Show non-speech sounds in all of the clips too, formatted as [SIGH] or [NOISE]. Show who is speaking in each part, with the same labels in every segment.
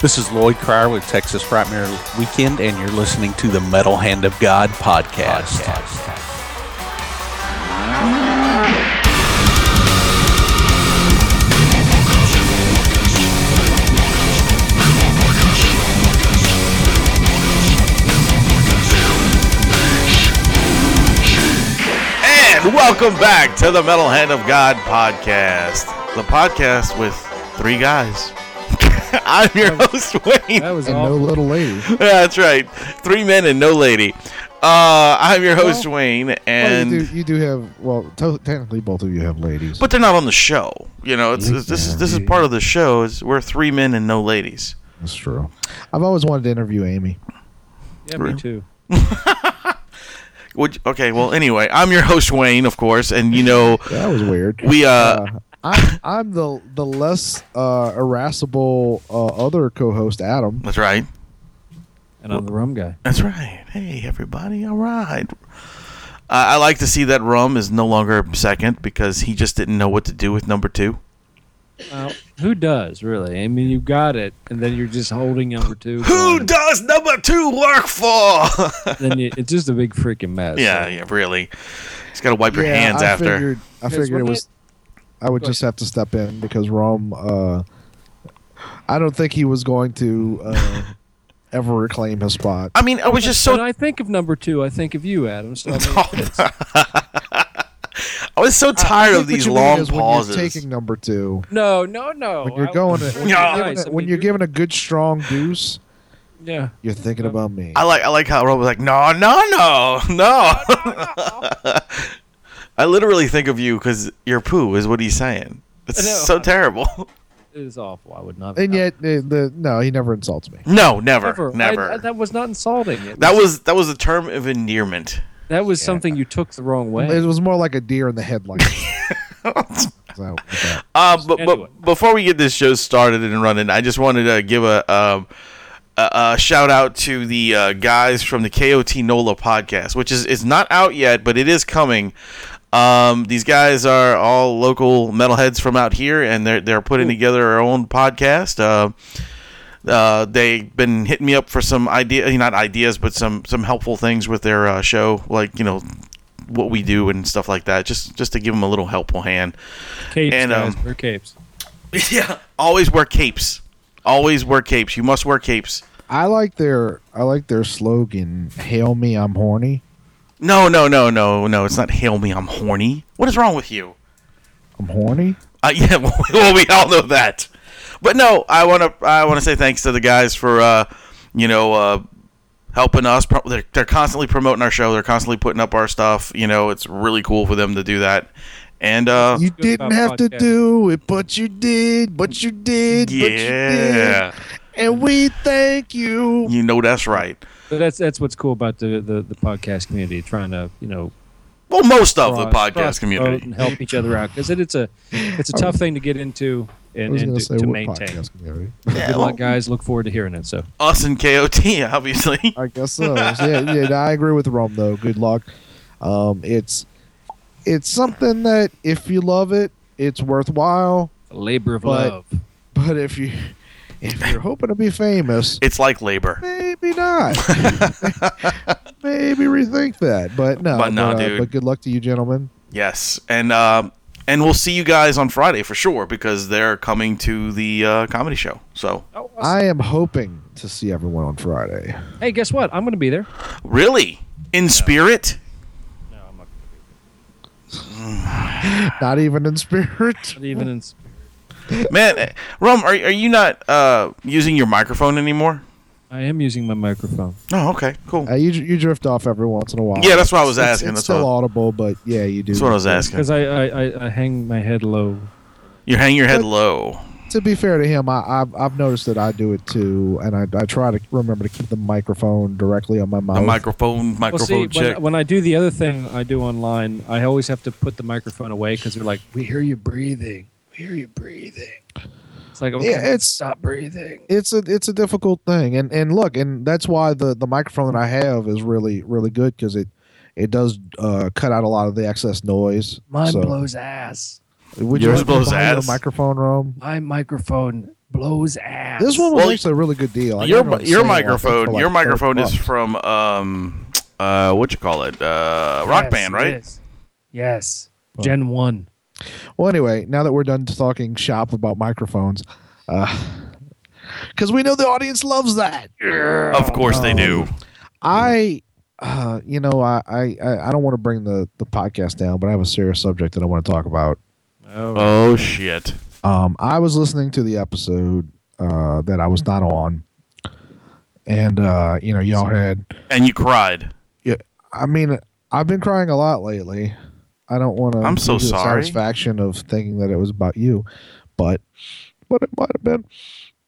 Speaker 1: This is Lloyd Cryer with Texas Nightmare Weekend, and you're listening to the Metal Hand of God podcast.
Speaker 2: And welcome back to the Metal Hand of God podcast, the podcast with three guys. [LAUGHS] I'm your host, Wayne.
Speaker 3: That was
Speaker 4: and
Speaker 3: awful.
Speaker 4: no little [LAUGHS] lady.
Speaker 2: [LAUGHS] That's right, three men and no lady. Uh, I'm your host,
Speaker 4: Well,
Speaker 2: Wayne,
Speaker 4: Well,
Speaker 2: and
Speaker 4: you, do, you do have well, to- technically both of you have ladies.
Speaker 2: but they're not on the show. You know, it's, it's- this is this is part of the show. Is we're three men and no ladies.
Speaker 4: That's true. I've always wanted to interview Amy.
Speaker 3: yeah, me too.
Speaker 2: Would, okay, well, anyway, I'm your host, Wayne, of course, and you know
Speaker 4: That was weird.
Speaker 2: we uh,
Speaker 4: uh, I'm, I'm the the less uh, irascible uh, other co-host, Adam.
Speaker 2: that's right.
Speaker 3: And I'm the rum guy.
Speaker 2: That's right. Hey, everybody. All right. I I like to see that Rum is no longer second because he just didn't know what to do with number two.
Speaker 3: Well, who does really? I mean, you got it, and then you're just holding number two.
Speaker 2: Who
Speaker 3: going,
Speaker 2: does number two work for?
Speaker 3: Then you, it's just a big freaking
Speaker 2: [LAUGHS]
Speaker 3: mess.
Speaker 2: yeah, [LAUGHS] yeah, really. He's got to wipe your
Speaker 4: Yeah,
Speaker 2: hands
Speaker 4: I
Speaker 2: after.
Speaker 4: Figured, I
Speaker 3: Yes,
Speaker 4: figured it
Speaker 3: wasn't
Speaker 4: was. I would
Speaker 3: Go
Speaker 4: just have to step in because Rome. Uh, I don't think he was going to uh, ever reclaim his spot.
Speaker 2: I mean, I was just
Speaker 3: So
Speaker 2: so
Speaker 3: I think of number two. I think of you, Adam. So I mean,
Speaker 2: [LAUGHS] I was so tired
Speaker 4: I
Speaker 2: of
Speaker 4: think what
Speaker 2: these
Speaker 4: you mean
Speaker 2: long
Speaker 4: is
Speaker 2: pauses.
Speaker 4: When you're taking number two.
Speaker 3: no, no, no.
Speaker 4: When
Speaker 3: I-
Speaker 4: you're going, when
Speaker 3: Nice.
Speaker 4: you're
Speaker 3: I
Speaker 4: giving, a-
Speaker 3: mean,
Speaker 4: when you're giving a good strong deuce,
Speaker 3: yeah.
Speaker 4: You're thinking about me.
Speaker 2: I like I like how Rob was like, no, no, no, [LAUGHS] no. I literally think of you because your poo is what he's saying. It's
Speaker 3: I know.
Speaker 2: so terrible. [LAUGHS]
Speaker 3: It is awful. I would not.
Speaker 4: and yet, uh, the, no, he never insults me.
Speaker 2: No, never, never.
Speaker 3: I- I- that was not insulting. It
Speaker 2: That was that was a term of endearment.
Speaker 3: that was something you took the wrong way.
Speaker 4: It was more like a deer in the
Speaker 3: [LAUGHS]
Speaker 4: headlights. so, with that.
Speaker 2: Uh, but,
Speaker 3: Anyway.
Speaker 2: but before we get this show started and running, I just wanted to give a um, a, a shout out to the uh, guys from the KOT Nola podcast, which is is not out yet, but it is coming. Um, these guys are all local metalheads from out here, and they're they're putting together their own podcast. Uh, uh, they've been hitting me up for some idea, eh, not ideas, but some some helpful things with their uh, show, like you know what we do and stuff like that. Just just to give them a little helpful hand.
Speaker 3: Capes,
Speaker 2: and, um,
Speaker 3: guys, wear capes.
Speaker 2: Yeah. Always wear capes. Always wear capes. You must wear capes.
Speaker 4: I like their I like their slogan. Hail me, I'm horny.
Speaker 2: No, no, no, no, no. It's not hail me. I'm horny. What is wrong with you?
Speaker 4: I'm horny.
Speaker 2: Uh, [LAUGHS] yeah. Well, we all know that. But no, I want to. I want to say thanks to the guys for, uh, you know, uh, helping us. Pro- They're, they're constantly promoting our show. They're constantly putting up our stuff. You know, it's really cool for them to do that. And uh,
Speaker 4: You
Speaker 3: good
Speaker 4: didn't
Speaker 3: about
Speaker 4: have to
Speaker 3: podcast.
Speaker 4: do it, but you did. But you did. But you
Speaker 2: yeah,
Speaker 4: did. And we thank you.
Speaker 2: you know that's right.
Speaker 3: But that's that's what's cool about the, the, the podcast community, trying to you know
Speaker 2: Well, most of the
Speaker 3: cross-
Speaker 2: podcast
Speaker 3: promote
Speaker 2: community.
Speaker 3: and help each other out because it, it's a it's a tough thing to get into
Speaker 4: Oh. I
Speaker 3: and,
Speaker 4: was
Speaker 3: and
Speaker 4: gonna
Speaker 3: to,
Speaker 4: say
Speaker 3: to
Speaker 4: what
Speaker 3: maintain.
Speaker 4: podcast community.
Speaker 3: Good luck, guys. Look forward to hearing it. So
Speaker 2: Us and KOT, [LAUGHS]
Speaker 3: [LAUGHS]
Speaker 2: obviously.
Speaker 4: I guess so. yeah, yeah. I agree with Rome though. Good luck. Um, it's it's something that if you love it, it's worthwhile.
Speaker 3: labor of
Speaker 4: But-
Speaker 3: love.
Speaker 4: But if you if you're hoping to be famous,
Speaker 2: It's like labor. [LAUGHS]
Speaker 4: maybe not. maybe rethink that. But no.
Speaker 2: But no,
Speaker 4: uh,
Speaker 2: dude.
Speaker 4: But good luck to you, gentlemen.
Speaker 2: Yes, and um, and we'll see you guys on Friday for sure because they're coming to the uh, comedy show. So
Speaker 3: Oh, awesome.
Speaker 4: I am hoping to see everyone on Friday.
Speaker 3: hey, guess what? I'm going to be there.
Speaker 2: really, in spirit,
Speaker 3: No, I'm not,
Speaker 4: Not even in spirit.
Speaker 3: even in.
Speaker 2: man. eh, Rome, are, are you not uh, using your microphone anymore?
Speaker 3: I am using my microphone.
Speaker 2: Oh, okay, cool.
Speaker 4: Uh, you you drift off every once in a while.
Speaker 2: Yeah, that's what I was
Speaker 4: It's-
Speaker 2: asking.
Speaker 4: It's
Speaker 2: That's
Speaker 4: still
Speaker 2: what,
Speaker 4: audible, but yeah, you do.
Speaker 2: that's what I was asking.
Speaker 3: Because I, I, I, I hang my head low.
Speaker 2: You hang your head low.
Speaker 4: to be fair to him, I, I've, I've noticed that I do it too, and I, I try to remember to keep the microphone directly on my mouth.
Speaker 2: The microphone,
Speaker 3: Well,
Speaker 2: microphone
Speaker 3: see,
Speaker 2: check.
Speaker 3: when, when I do the other thing I do online, I always have to put the microphone away because they're like, we hear you breathing. We hear you breathing. It's like, okay,
Speaker 4: it's-
Speaker 3: stop breathing.
Speaker 4: it's a it's a difficult thing, and and look, and that's why the the microphone that I have is really really good because it it does uh, cut out a lot of the excess noise.
Speaker 3: Mine
Speaker 4: so,
Speaker 3: blows ass.
Speaker 4: Would
Speaker 2: Yours
Speaker 4: like to
Speaker 2: blows
Speaker 4: buy you a
Speaker 2: ass.
Speaker 4: microphone, Rome?
Speaker 3: My microphone blows ass.
Speaker 4: This one was
Speaker 2: Well,
Speaker 4: actually a really good deal. I never
Speaker 2: your
Speaker 4: really
Speaker 2: your
Speaker 4: seen one for
Speaker 2: microphone
Speaker 4: like
Speaker 2: your
Speaker 4: 30
Speaker 2: microphone is
Speaker 4: bucks.
Speaker 2: from um uh what you call it uh rock
Speaker 3: Yes,
Speaker 2: band
Speaker 3: it
Speaker 2: right
Speaker 3: is. Yes. Gen one.
Speaker 4: Well, anyway, now that we're done talking shop about microphones, because we know the audience loves that.
Speaker 2: of course
Speaker 3: Oh.
Speaker 2: they do
Speaker 4: I, uh, you know, I I, I I don't want to bring the the podcast down, but I have a serious subject that I want to talk about.
Speaker 2: oh shit
Speaker 4: Um, I was listening to the episode uh, that I was not on, and uh, you know, y'all had.
Speaker 2: and you cried
Speaker 4: Yeah, I mean, I've been crying a lot lately. I don't want to.
Speaker 2: I'm so
Speaker 4: the
Speaker 2: sorry.
Speaker 4: Satisfaction of thinking that it was about you, but but it might have been.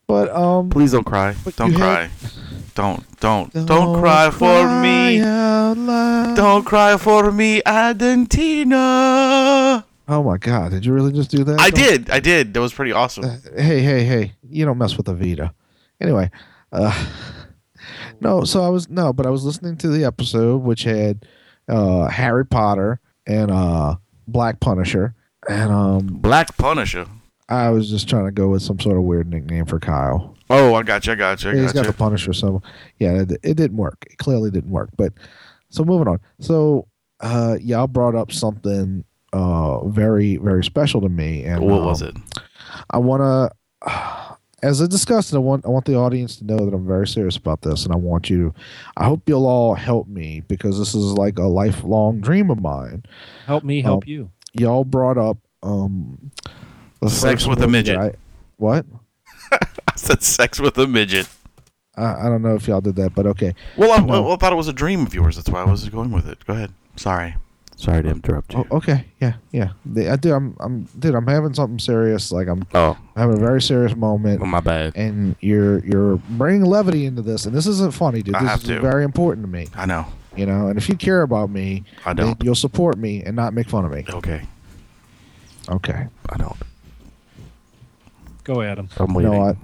Speaker 4: But um,
Speaker 2: please don't cry
Speaker 4: But
Speaker 2: don't
Speaker 4: you
Speaker 2: cry
Speaker 4: had-
Speaker 2: don't don't don't cry for
Speaker 4: cry
Speaker 2: me
Speaker 4: out loud.
Speaker 2: don't cry for me Adentina
Speaker 4: Oh my God! Did you really just do that?
Speaker 2: I
Speaker 4: Don't- Uh,
Speaker 2: did I did that was pretty awesome
Speaker 4: hey, hey, hey, you don't mess with the Vita. Anyway, uh, no, so I was, no, but I was listening to the episode which had uh, Harry Potter and uh, Black Punisher. And um,
Speaker 2: Black Punisher
Speaker 4: I was just trying to go with some sort of weird nickname for Kyle.
Speaker 2: oh I got you I got you I
Speaker 4: He's
Speaker 2: got
Speaker 4: got
Speaker 2: you
Speaker 4: the Punisher, so yeah, it, it didn't work. It clearly didn't work. But so moving on. So uh, y'all brought up something uh, very, very special to me. And
Speaker 2: what was
Speaker 4: um,
Speaker 2: it [LAUGHS]
Speaker 4: I want to, [SIGHS] as I discussed, I want I want the audience to know that I'm very serious about this, and I want you. I hope you'll all help me because this is like a lifelong dream of mine.
Speaker 3: Help me help you.
Speaker 4: Y'all brought up um, the
Speaker 2: Sex
Speaker 4: first
Speaker 2: with a
Speaker 4: movie
Speaker 2: midget.
Speaker 4: that I- what?
Speaker 2: I said sex with a midget
Speaker 4: I, I don't know if y'all did that, but okay.
Speaker 2: Well, I,
Speaker 4: No.
Speaker 2: well, I thought it was a dream of yours. That's why I was going with it. Go ahead. Sorry. Sorry to interrupt
Speaker 4: Oh, okay, yeah, yeah. The- I do. I'm, I'm, dude. I'm having something serious. Like I'm
Speaker 2: Oh,
Speaker 4: having a very serious moment.
Speaker 2: my bad.
Speaker 4: and you're you're bringing levity into this, and this isn't funny, dude.
Speaker 2: I
Speaker 4: This
Speaker 2: have
Speaker 4: is
Speaker 2: to.
Speaker 4: very important to me,
Speaker 2: I know.
Speaker 4: you know. And if you care about me,
Speaker 2: I
Speaker 4: then
Speaker 2: don't.
Speaker 4: you'll support me and not make fun of me.
Speaker 2: Okay.
Speaker 4: Okay.
Speaker 2: I don't.
Speaker 3: Go at him.
Speaker 2: I'm
Speaker 4: You
Speaker 2: waiting.
Speaker 4: know what?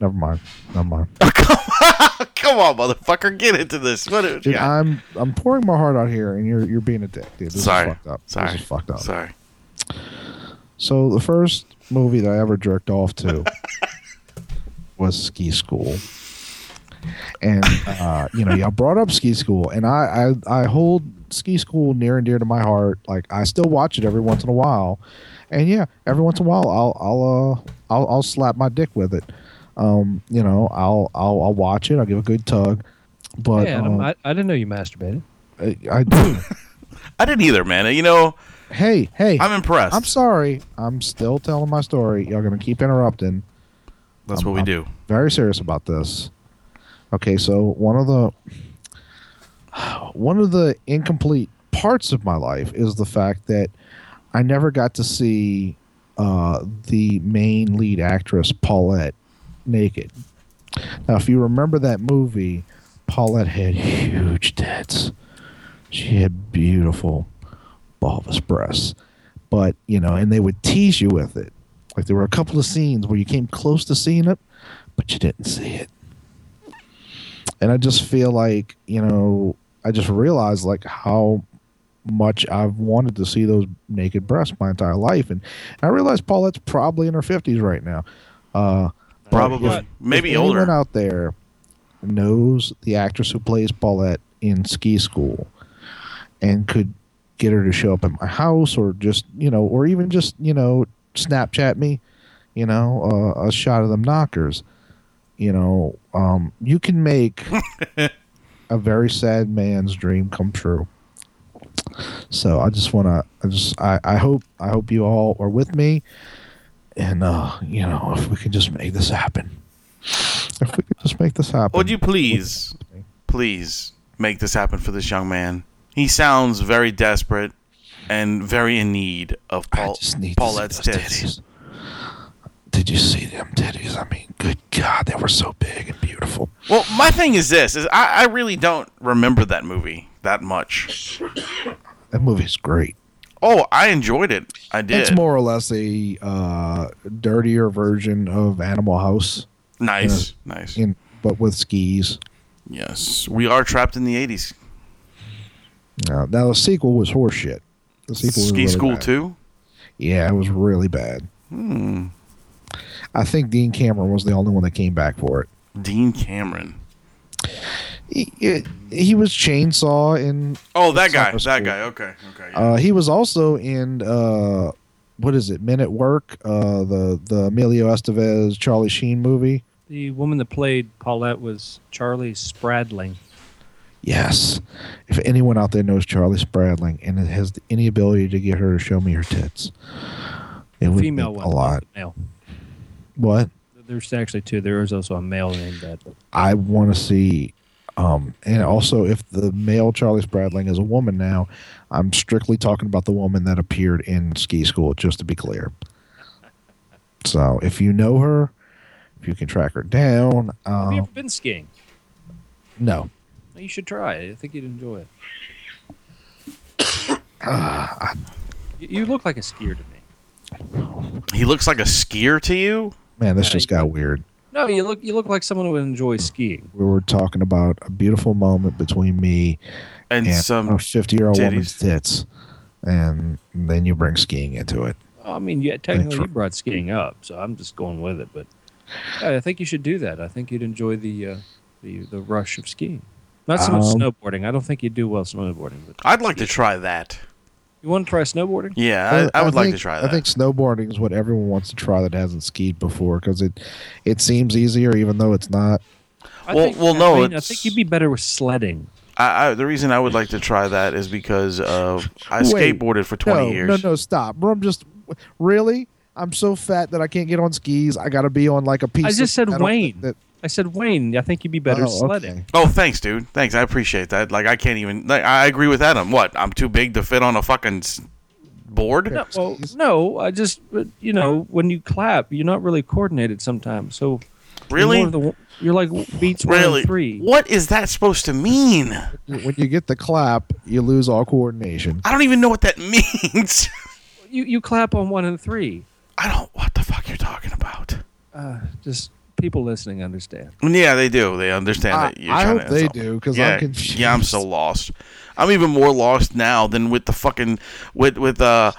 Speaker 4: Never mind. Never
Speaker 2: [LAUGHS]
Speaker 4: mind.
Speaker 2: Come on, motherfucker. Get into this. What? a-
Speaker 4: Dude,
Speaker 2: yeah.
Speaker 4: I'm I'm pouring my heart out here, and you're you're being a dick, dude. This
Speaker 2: Sorry.
Speaker 4: is fucked up.
Speaker 2: Sorry.
Speaker 4: This is fucked up.
Speaker 2: Sorry.
Speaker 4: So the first movie that I ever jerked off to was Ski School, and uh, you know, y'all brought up Ski School, and I, I I hold Ski School near and dear to my heart. Like I still watch it every once in a while, and yeah, every once in a while I'll I'll uh, I'll, I'll slap my dick with it. Um, you know, I'll I'll, I'll watch it. I'll give a good tug. But
Speaker 3: Hey, Adam,
Speaker 4: um,
Speaker 3: I, I didn't know you masturbated.
Speaker 4: I, I do.
Speaker 2: I didn't either, man. You know,
Speaker 4: hey, hey,
Speaker 2: I'm impressed.
Speaker 4: I'm sorry. I'm still telling my story. Y'all gonna keep interrupting.
Speaker 2: That's
Speaker 4: I'm-
Speaker 2: what we
Speaker 4: I'm-
Speaker 2: do.
Speaker 4: Very serious about this. Okay, so one of the one of the incomplete parts of my life is the fact that I never got to see uh, the main lead actress Paulette naked. Now, if you remember that movie, Paulette had huge tits. She had beautiful bulbous breasts. But, you know, and they would tease you with it. Like there were a couple of scenes where you came close to seeing it, but you didn't see it. And I just feel like, you know, I just realized like how much I've wanted to see those naked breasts my entire life. And I realize Paulette's probably in her 50s right now. Uh, but
Speaker 2: Probably.
Speaker 4: if-
Speaker 2: Maybe
Speaker 4: if
Speaker 2: older.
Speaker 4: Anyone out there knows the actress who plays Paulette in Ski School, and could get her to show up at my house, or just you know, or even just you know, Snapchat me, you know, uh, a shot of them knockers. You know, um, you
Speaker 2: [LAUGHS]
Speaker 4: can make a very sad man's dream come true. So I just want to, I just, I, I hope, I hope you all are with me, and uh, you know, if we can just make this happen, if we could just make this happen.
Speaker 2: Would you please, please make this happen for this young man? He sounds very desperate and very in need of Paul,
Speaker 4: I just need
Speaker 2: Paulette's
Speaker 4: to see those
Speaker 2: tits.
Speaker 4: titties. Did you see them titties? I mean, good God, they were so big and beautiful.
Speaker 2: Well, my thing is this: is I, I really don't remember that movie that much.
Speaker 4: That movie's great.
Speaker 2: Oh, I enjoyed it. I did.
Speaker 4: It's more or less a uh, dirtier version of Animal House,
Speaker 2: nice, nice.
Speaker 4: in but with skis.
Speaker 2: Yes, we are trapped in the '80s.
Speaker 4: Now, now the sequel was horseshit. The sequel was
Speaker 2: Ski
Speaker 4: really
Speaker 2: School
Speaker 4: bad.
Speaker 2: too.
Speaker 4: Yeah, it was really bad. I think Dean Cameron was the only one that came back for it.
Speaker 2: Dean Cameron.
Speaker 4: He, he- he was Chainsaw in.
Speaker 2: Oh, that guy. That
Speaker 4: Summer School.
Speaker 2: guy. Okay. Okay. yeah.
Speaker 4: Uh, he was also in uh, what is it? Men at Work. Uh, the the Emilio Estevez Charlie Sheen movie.
Speaker 3: The woman that played Paulette was Charlie Spradling.
Speaker 4: Yes. If anyone out there knows Charlie Spradling and has any ability to get her to show me her tits, it would
Speaker 3: Female
Speaker 4: mean
Speaker 3: one.
Speaker 4: a lot.
Speaker 3: Male.
Speaker 4: What?
Speaker 3: There's actually two. There is also a male named that.
Speaker 4: I want to see. Um, and also, if the male Charlie Spradling is a woman now, I'm strictly talking about the woman that appeared in Ski School, just to be clear. So, if you know her, if you can track her down,
Speaker 3: Have you
Speaker 4: uh,
Speaker 3: ever been skiing?
Speaker 4: no,
Speaker 3: You should try it. I think you'd enjoy
Speaker 4: [COUGHS]
Speaker 3: it. you, you look like a skier to me.
Speaker 2: He looks like a skier to you.
Speaker 4: man, this just got weird.
Speaker 3: No, you look you look like someone who would enjoy skiing.
Speaker 4: We were talking about a beautiful moment between me
Speaker 2: And
Speaker 4: and
Speaker 2: some
Speaker 4: a 50 year old
Speaker 2: titties.
Speaker 4: woman's tits, and then you bring skiing into it.
Speaker 3: I mean, yeah, technically
Speaker 4: for-
Speaker 3: you brought skiing up, so I'm just going with it. But I I think you should do that. I think you'd enjoy the uh, the the rush of skiing. Not so much
Speaker 4: Um,
Speaker 3: snowboarding. I don't think you'd do well snowboarding. But
Speaker 2: I'd like to try that.
Speaker 3: you want to try snowboarding?
Speaker 2: Yeah, I, I would like
Speaker 4: think-
Speaker 2: to try that.
Speaker 4: I think snowboarding is what everyone wants to try that hasn't skied before because it it seems easier, even though it's not.
Speaker 3: I
Speaker 2: Well-
Speaker 3: think,
Speaker 2: well,
Speaker 3: I
Speaker 2: no,
Speaker 3: mean, I
Speaker 2: it's-
Speaker 3: think you'd be better with sledding.
Speaker 2: I, I, the reason I would like to try that is because of I
Speaker 4: Wait,
Speaker 2: skateboarded for 20
Speaker 4: no,
Speaker 2: years.
Speaker 4: no, no, stop! Bro, I'm just really. I'm so fat that I can't get on skis. I got to be on like a piece.
Speaker 3: I just
Speaker 4: of
Speaker 3: said
Speaker 4: metal
Speaker 3: Wayne.
Speaker 4: that-
Speaker 3: I said, Wayne, I think you'd be better
Speaker 4: oh,
Speaker 3: sledding.
Speaker 4: okay.
Speaker 2: Oh, thanks, dude. Thanks, I appreciate that. Like, I can't even. Like, I agree with Adam. What? I'm too big to fit on a fucking s- board.
Speaker 3: No, well, no, I just but, you know when you clap, you're not really coordinated sometimes. So you're more
Speaker 2: really?
Speaker 3: of the one- you're like beats one and
Speaker 2: Really?
Speaker 3: three.
Speaker 2: What is that supposed to mean?
Speaker 4: When you get the clap, you lose all coordination.
Speaker 2: I don't even know what that [LAUGHS] means.
Speaker 3: You you clap on one and three.
Speaker 2: I don't. What the fuck you're talking about?
Speaker 3: Uh, just people listening understand.
Speaker 2: Yeah, they do. They understand
Speaker 4: I-
Speaker 2: that. You're
Speaker 4: I
Speaker 2: trying
Speaker 4: hope
Speaker 2: to
Speaker 4: they
Speaker 2: insult
Speaker 4: do,
Speaker 2: them.
Speaker 4: 'cause
Speaker 2: yeah,
Speaker 4: I'm confused.
Speaker 2: Yeah, I'm so lost. I'm even more lost now than with the fucking with with uh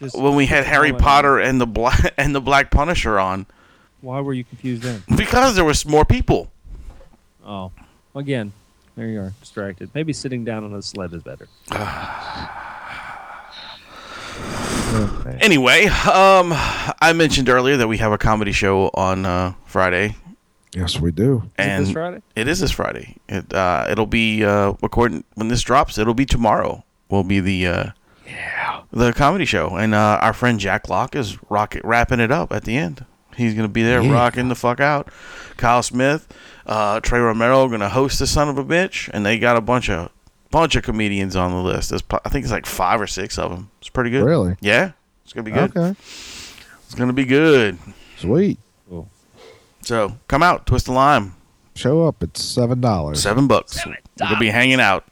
Speaker 3: Just
Speaker 2: when we had
Speaker 3: just
Speaker 2: Harry
Speaker 3: tell it.
Speaker 2: Potter and the black [LAUGHS] and the Black Punisher on
Speaker 3: Why were you confused then?
Speaker 2: because there was more people.
Speaker 3: Oh, again, there you are, distracted. Maybe sitting down on a sled is better.
Speaker 4: Okay.
Speaker 2: Anyway, um, I mentioned earlier that we have a comedy show on uh, Friday,
Speaker 4: Yes, we do.
Speaker 3: Is it
Speaker 2: and
Speaker 3: this Friday?
Speaker 2: it is this Friday. It uh, it'll be uh, according when this drops, it'll be tomorrow. Will be the uh, yeah the comedy show, and uh, our friend Jack Locke is rocket wrapping it up at the end. He's gonna be there
Speaker 4: Yeah.
Speaker 2: rocking the fuck out. Kyle Smith, uh, Trey Romero gonna host the son of a bitch, and they got a bunch of bunch of comedians on the list. There's, pro- I think it's like five or six of them. It's pretty good.
Speaker 4: Really?
Speaker 2: Yeah, it's gonna be good.
Speaker 4: Okay.
Speaker 2: It's gonna be good.
Speaker 4: Sweet.
Speaker 2: So come out, twist the lime,
Speaker 4: Show up. It's seven dollars.
Speaker 2: seven bucks. we We'll be hanging out.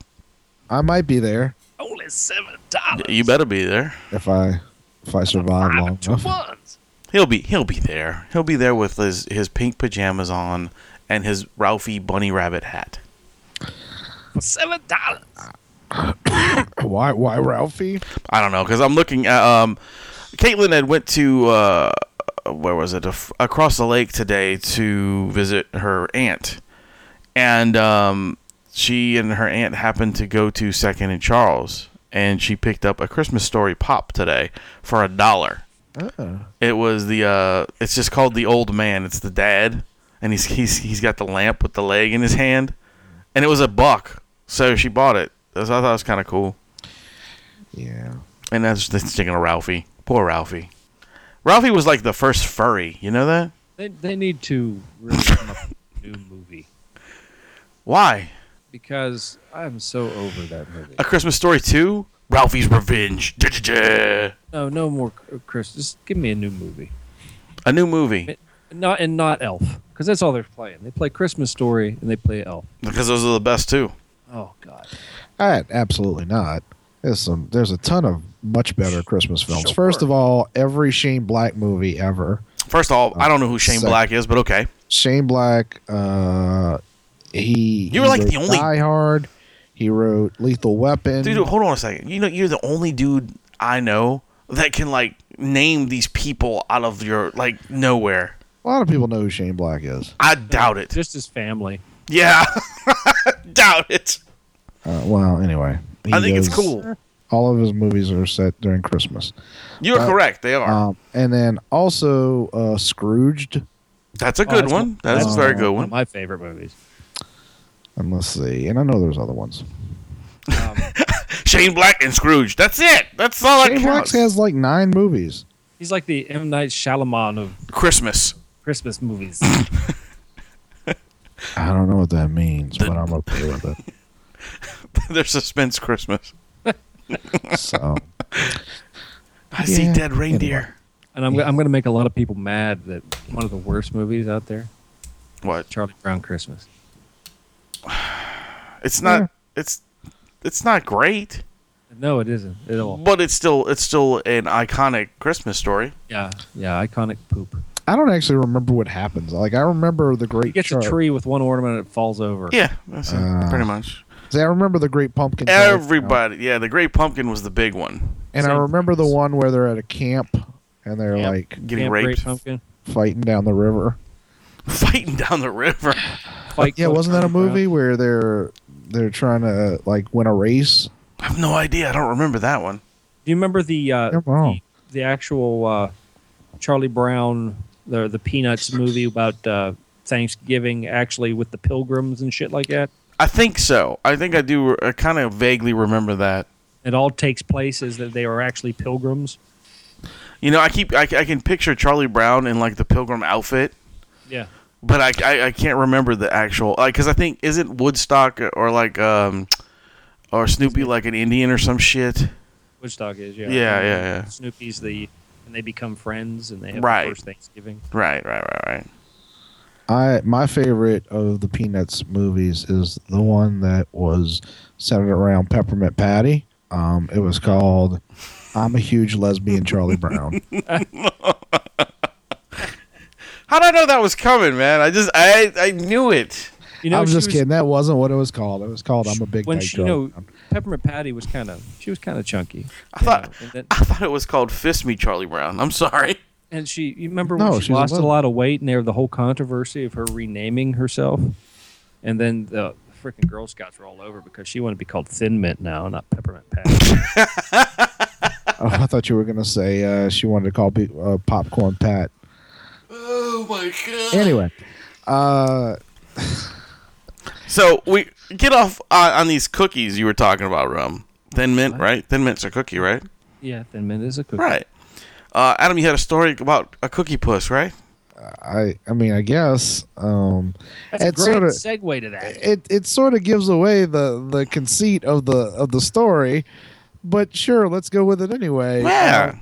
Speaker 4: I might be there
Speaker 3: Only seven dollars.
Speaker 2: You better be there.
Speaker 4: if I if I survive long enough.
Speaker 3: ones.
Speaker 2: He'll be he'll be there. He'll be there with his his pink pajamas on and his Ralphie bunny rabbit hat.
Speaker 3: Seven dollars.
Speaker 4: [LAUGHS] Why? Why, Ralphie?
Speaker 2: I don't know because I'm looking at um, Caitlin had went to uh, where was it Af- across the lake today to visit her aunt, and um, she and her aunt happened to go to Second and Charles, and she picked up a Christmas story pop today for a dollar. It was the uh, it's just called the old man. It's the dad, and he's he's he's got the lamp with the leg in his hand, and it was a buck. So she bought it. So I thought it was kind of cool.
Speaker 4: Yeah.
Speaker 2: And that's that's thinking of Ralphie. Poor Ralphie. Ralphie was like the first furry. You know that?
Speaker 3: They, they need to really come up with a new movie
Speaker 2: Why?
Speaker 3: because I'm so over that movie.
Speaker 2: A Christmas Story 2? Ralphie's Revenge. Da-da-da.
Speaker 3: [LAUGHS] No, no more, Chris. Just give me a new movie.
Speaker 2: A new movie.
Speaker 3: Not and not Elf, because that's all they're playing. They play Christmas Story and they play Elf.
Speaker 2: Because those are the best, too.
Speaker 3: Oh God.
Speaker 4: I, absolutely not. There's some. There's a ton of much better Christmas films.
Speaker 3: Sure.
Speaker 4: First of all, every Shane Black movie ever.
Speaker 2: First of all, I don't know who Shane
Speaker 4: Second.
Speaker 2: Black is, but okay.
Speaker 4: Shane Black. Uh, he.
Speaker 2: You were
Speaker 4: he
Speaker 2: like
Speaker 4: wrote
Speaker 2: the only-
Speaker 4: Die Hard. He wrote Lethal Weapon.
Speaker 2: Dude, hold on a second. You know, you're the only dude I know that can, like, name these people out of your like nowhere.
Speaker 4: A lot of people know who Shane Black is.
Speaker 2: I doubt it.
Speaker 3: Just his family.
Speaker 2: Yeah, [LAUGHS] doubt it.
Speaker 4: Uh, well, anyway, he
Speaker 2: I think it's
Speaker 4: does-
Speaker 2: cool.
Speaker 4: All of his movies are set during Christmas,
Speaker 2: You're correct. They are.
Speaker 4: um, and then also uh, Scrooged.
Speaker 2: that's a
Speaker 3: Oh,
Speaker 2: good
Speaker 3: that's
Speaker 2: one. That's a very good
Speaker 3: One
Speaker 2: one.
Speaker 3: of my favorite movies.
Speaker 4: And let's see, and I know there's other ones.
Speaker 3: Um,
Speaker 2: Shane Black and Scrooge. That's it. That's all I
Speaker 4: Shane Black
Speaker 2: counts.
Speaker 4: has like nine movies.
Speaker 3: he's like the M Night Shyamalan of
Speaker 2: Christmas.
Speaker 3: Christmas movies. [LAUGHS]
Speaker 4: I don't know what that means, but I'm okay with it.
Speaker 2: [LAUGHS] There's suspense Christmas.
Speaker 4: So
Speaker 2: I see
Speaker 4: Yeah,
Speaker 2: dead reindeer.
Speaker 3: and I'm, I'm going to make a lot of people mad that one of the worst movies out there,
Speaker 2: What?
Speaker 3: Charlie Brown Christmas.
Speaker 2: It's not.
Speaker 4: Yeah.
Speaker 2: It's it's not great,
Speaker 3: No, it isn't at
Speaker 4: Mm-hmm.
Speaker 3: all.
Speaker 2: but it's still it's still an iconic Christmas story.
Speaker 3: Yeah, yeah, iconic poop.
Speaker 4: I don't actually remember what happens. Like I remember the Great
Speaker 3: He gets
Speaker 4: Char-
Speaker 3: a tree with one ornament and it falls over.
Speaker 2: Yeah, that's it,
Speaker 4: Uh,
Speaker 2: pretty much.
Speaker 4: See, I remember the Great Pumpkin. Charlie Brown.
Speaker 2: Everybody. Yeah, the Great Pumpkin was the big one.
Speaker 4: And I
Speaker 3: Same
Speaker 4: remember the
Speaker 3: things.
Speaker 4: one where they're at a camp and they're
Speaker 3: Yep.
Speaker 4: like
Speaker 2: Getting
Speaker 3: Camp Great
Speaker 2: raped,
Speaker 3: Pumpkin.
Speaker 4: fighting down the river.
Speaker 2: [LAUGHS] fighting down the river.
Speaker 3: Fight
Speaker 4: [LAUGHS] Yeah,
Speaker 3: Club
Speaker 4: wasn't that a
Speaker 3: Charlie Brown.
Speaker 4: movie where they're they're trying to like win a race?
Speaker 2: I have no idea. I don't remember that one.
Speaker 3: Do you remember the uh,
Speaker 4: They're wrong.
Speaker 3: the, the actual uh, Charlie Brown, the the Peanuts movie about uh, Thanksgiving, actually with the pilgrims and shit like that?
Speaker 2: I think so. I think I do. I kind of vaguely remember that.
Speaker 3: It all takes place is that they are actually pilgrims.
Speaker 2: You know, I keep I, I can picture Charlie Brown in like the pilgrim outfit,
Speaker 3: Yeah,
Speaker 2: but I, I, I can't remember the actual like because I think isn't Woodstock or like um or Snoopy like an Indian or some shit.
Speaker 3: Woodstock is. Yeah,
Speaker 2: Yeah, yeah, yeah.
Speaker 3: Snoopy's the, and they become friends and they have
Speaker 2: Right.
Speaker 3: the first Thanksgiving.
Speaker 2: Right, right, right, right.
Speaker 4: I my favorite of the Peanuts movies is the one that was centered around Peppermint Patty. Um, it was called "I'm a Huge Lesbian Charlie Brown."
Speaker 2: How did I know that was coming, man? I just I I knew it.
Speaker 3: You know,
Speaker 4: I'm
Speaker 3: she
Speaker 4: just
Speaker 3: was-
Speaker 4: kidding. That wasn't what it was called. It was called "I'm a Big
Speaker 3: When
Speaker 4: Night
Speaker 3: she, you
Speaker 4: Charlie
Speaker 3: know,
Speaker 4: Brown."
Speaker 3: Peppermint Patty was kind of she was kind of chunky.
Speaker 2: I thought
Speaker 3: you know, and, then,
Speaker 2: I thought it was called Fist Me, Charlie Brown. I'm sorry.
Speaker 3: and she you remember
Speaker 4: No,
Speaker 3: when
Speaker 4: she
Speaker 3: she
Speaker 4: was a
Speaker 3: lost a
Speaker 4: woman.
Speaker 3: lot of weight and there was the whole controversy of her renaming herself, and then the freaking Girl Scouts were all over because she wanted to be called Thin Mint now, not Peppermint Patty.
Speaker 4: Oh, [LAUGHS] I thought you were gonna say uh, she wanted to call pe- uh, popcorn Pat.
Speaker 2: Oh my god.
Speaker 4: Anyway, uh,
Speaker 2: So we get off on, on these cookies you were talking about, Rum. Thin mint, right? Thin mint's a cookie, right?
Speaker 3: [LAUGHS] yeah, Thin Mint is a cookie.
Speaker 2: Right. Uh, Adam, you had a story about a cookie puss, right?
Speaker 4: I I mean I guess um,
Speaker 3: That's a
Speaker 4: It's
Speaker 3: great
Speaker 4: sorta-
Speaker 3: segue to that.
Speaker 2: Eh,
Speaker 4: it it sort of gives away the the conceit of the of the story, but sure, let's go with it anyway.
Speaker 2: Yeah.
Speaker 4: Uh,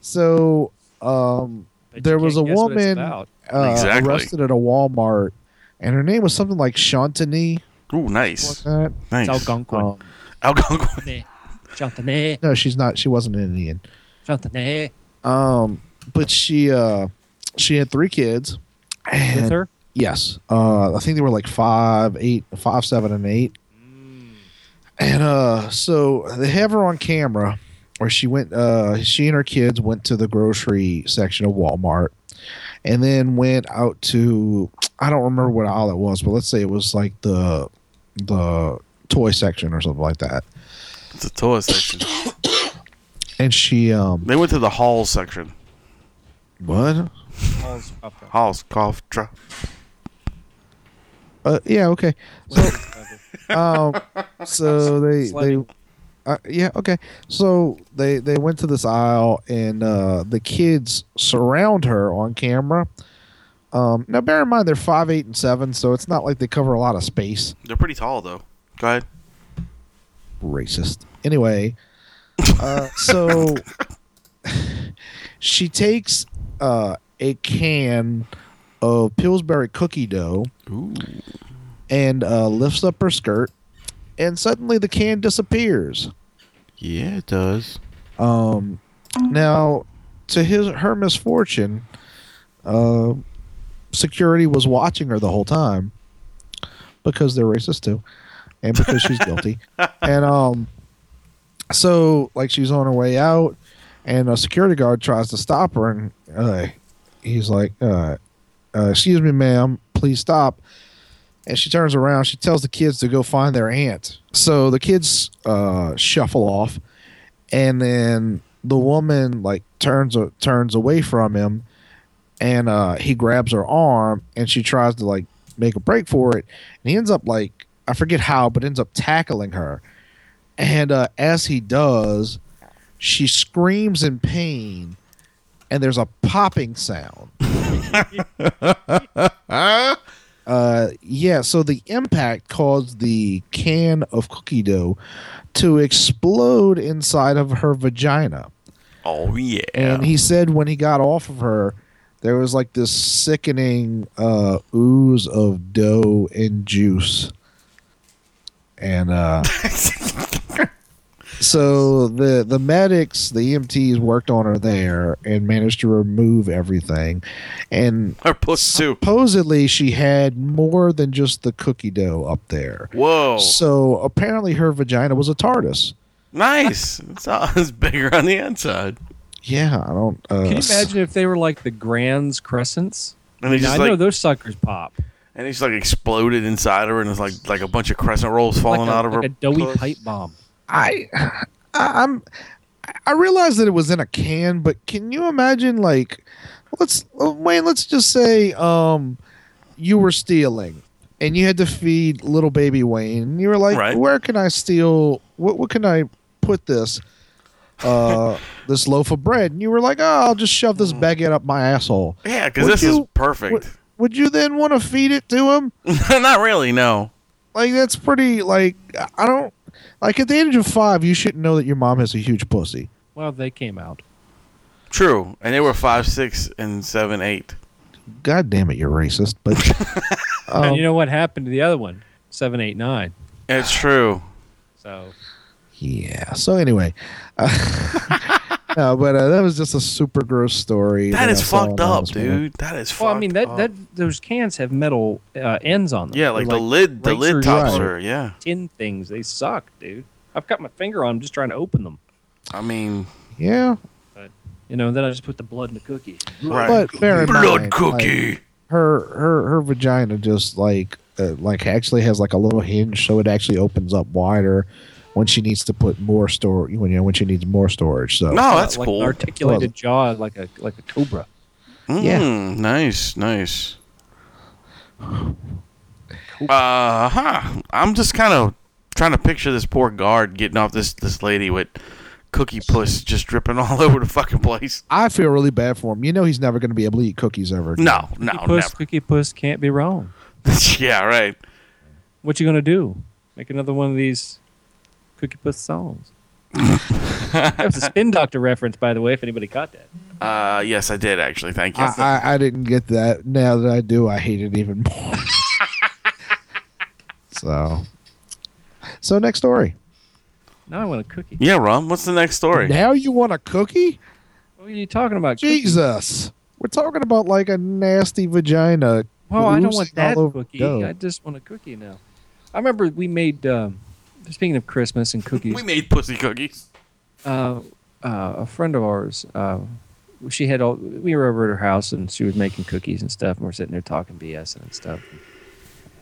Speaker 4: so um,
Speaker 3: But
Speaker 4: there
Speaker 3: you
Speaker 4: was
Speaker 3: can't
Speaker 4: a
Speaker 3: guess what it's
Speaker 4: woman,
Speaker 3: about.
Speaker 4: uh,
Speaker 2: Exactly.
Speaker 4: arrested at a Walmart, and her name was something like Chantany.
Speaker 2: Ooh, nice.
Speaker 4: Uh,
Speaker 3: It's
Speaker 2: Nice.
Speaker 3: Algonquin.
Speaker 4: um,
Speaker 2: Algonquin. [LAUGHS]
Speaker 3: Chantenay,
Speaker 4: no, she's not. She wasn't an Indian.
Speaker 3: Chantenay,
Speaker 4: Um, but she uh, she had three kids.
Speaker 3: with
Speaker 4: and-
Speaker 3: her.
Speaker 4: Yes. Uh, I think they were like five, eight, five, seven, and eight. And uh, so they have her on camera where she went, uh, she and her kids went to the grocery section of Walmart and then went out to, I don't remember what aisle it was, but let's say it was like the, the toy section or something like that.
Speaker 2: It's a toy section.
Speaker 4: And she, um,
Speaker 2: They went to the hall section.
Speaker 4: what?
Speaker 3: All's up there.
Speaker 2: Halls, cough, drop.
Speaker 4: Uh, yeah, okay. um, so they they
Speaker 3: Sliding.
Speaker 4: uh, yeah okay so they they went to this aisle and uh the kids surround her on camera um now bear in mind they're five eight and seven so it's not like they cover a lot of space
Speaker 2: They're pretty tall, though. Go ahead.
Speaker 4: racist anyway uh so she takes uh a can of pillsbury cookie dough
Speaker 2: Ooh.
Speaker 4: and uh lifts up her skirt and suddenly the can disappears
Speaker 2: Yeah, it does.
Speaker 4: Um, now, to his her misfortune, uh, security was watching her the whole time because they're racist too, and because she's guilty. And um, so like she's on her way out, and a security guard tries to stop her, and uh, he's like, uh, uh, "Excuse me, ma'am, please stop." And she turns around. She tells the kids to go find their aunt. So the kids uh, shuffle off, and then the woman like turns turns away from him, and uh, he grabs her arm, and she tries to like make a break for it, and he ends up like I forget how, but ends up tackling her. And uh, as he does, she screams in pain, and there's a popping sound. uh, yeah, so the impact caused the can of cookie dough to explode inside of her vagina.
Speaker 2: Oh yeah.
Speaker 4: And he said when he got off of her, there was like this sickening uh, ooze of dough and juice. And
Speaker 3: [LAUGHS]
Speaker 4: uh, so the the medics, the EMTs worked on her there and managed to remove everything. And
Speaker 2: Her puss too.
Speaker 4: supposedly she had more than just the cookie dough up there.
Speaker 2: Whoa.
Speaker 4: So apparently her vagina was a TARDIS.
Speaker 2: Nice. It's, all, it's bigger on the inside.
Speaker 4: Yeah, I don't. Uh,
Speaker 3: Can you
Speaker 4: s-
Speaker 3: imagine if they were like the Grand's Crescents?
Speaker 2: And they
Speaker 3: Now, I
Speaker 2: just
Speaker 3: know
Speaker 2: like,
Speaker 3: those suckers pop.
Speaker 2: and they just like exploded inside her, and it's like like a bunch of crescent rolls falling
Speaker 3: like a,
Speaker 2: out of
Speaker 3: like
Speaker 2: her.
Speaker 3: a doughy
Speaker 2: puss.
Speaker 3: pipe bomb.
Speaker 4: I, I I'm I realize that it was in a can, but can you imagine like let's uh, Wayne, let's just say um you were stealing and you had to feed little baby Wayne and you were like,
Speaker 2: Right.
Speaker 4: Where can I steal what what can I put this
Speaker 2: [LAUGHS]
Speaker 4: uh this loaf of bread? And you were like, Oh, I'll just shove this baguette up my asshole.
Speaker 2: Hmm. Yeah, because
Speaker 4: Would
Speaker 2: this is
Speaker 4: you- Would,
Speaker 2: perfect.
Speaker 4: would you then want to feed it to him?
Speaker 2: [LAUGHS] Not really. No.
Speaker 4: Like that's pretty like I don't like at the age of five you shouldn't know that your mom has a huge pussy.
Speaker 3: Well, they came out.
Speaker 2: True. And they were five, six, and seven, eight.
Speaker 4: God damn it, you're racist. But
Speaker 2: [LAUGHS]
Speaker 3: and
Speaker 2: Oh.
Speaker 4: um,
Speaker 3: you know what happened to the other one? Seven, eight, nine.
Speaker 2: It's true.
Speaker 3: So
Speaker 4: yeah. So anyway, uh, [LAUGHS] no, but uh, that was just a super gross story.
Speaker 2: That is
Speaker 4: I saw
Speaker 2: fucked
Speaker 4: when I
Speaker 2: up,
Speaker 4: was little.
Speaker 2: dude. That is fucked
Speaker 3: well, I mean that
Speaker 2: up.
Speaker 3: that those cans have metal uh, ends on them.
Speaker 2: Yeah, like,
Speaker 3: They're
Speaker 2: the lid, the
Speaker 3: rakes
Speaker 2: lid
Speaker 3: are
Speaker 2: tops
Speaker 3: just
Speaker 2: are. Yeah,
Speaker 3: tin things. They suck, dude. I've got my finger on them just trying to open them.
Speaker 2: I mean,
Speaker 4: Yeah,
Speaker 3: You know, and then I just put the blood in the cookie.
Speaker 2: right.
Speaker 4: but bear in
Speaker 2: Blood
Speaker 4: mind, like,
Speaker 2: cookie.
Speaker 4: her her her vagina just like uh, like actually has like a little hinge, so it actually opens up wider when she needs to put more storage. When you know when she needs more storage. So
Speaker 2: no, Oh, that's
Speaker 3: like
Speaker 2: cool.
Speaker 3: An articulated jaw, like a like a cobra.
Speaker 4: Yeah.
Speaker 2: Mm, Nice, nice. Uh huh. I'm just kind of trying to picture this poor guard getting off this this lady with cookie puss just dripping all [LAUGHS] over the fucking place.
Speaker 4: I feel really bad for him. You know he's never going to be able to eat cookies ever. again.
Speaker 2: No, no,
Speaker 3: cookie
Speaker 2: [LAUGHS]
Speaker 3: puss, cookie puss can't be wrong.
Speaker 2: never. yeah, right.
Speaker 3: What you gonna do? Make another one of these cookie
Speaker 2: [LAUGHS]
Speaker 3: puss songs. that was a spin doctor reference, by the way, if anybody caught that.
Speaker 2: Uh, yes, I did actually. Thank you.
Speaker 4: I, I, I didn't get that. Now that I do, I hate it even
Speaker 2: [LAUGHS]
Speaker 4: more. so, so next story.
Speaker 3: Now I want a cookie.
Speaker 2: yeah, Rum. What's the next story?
Speaker 4: Now you want a cookie?
Speaker 3: What are you talking about? Cookie?
Speaker 4: Jesus, we're talking about like a nasty vagina.
Speaker 3: Well, I don't
Speaker 4: oozing
Speaker 3: want that
Speaker 4: all over
Speaker 3: cookie.
Speaker 4: dough.
Speaker 3: I just want a cookie now. I remember we made. Um, speaking of Christmas and cookies,
Speaker 2: We made pussy cookies.
Speaker 3: uh, uh, a friend of ours. Uh, she had all. We were over at her house and she was making cookies and stuff, and we're sitting there talking BS and stuff.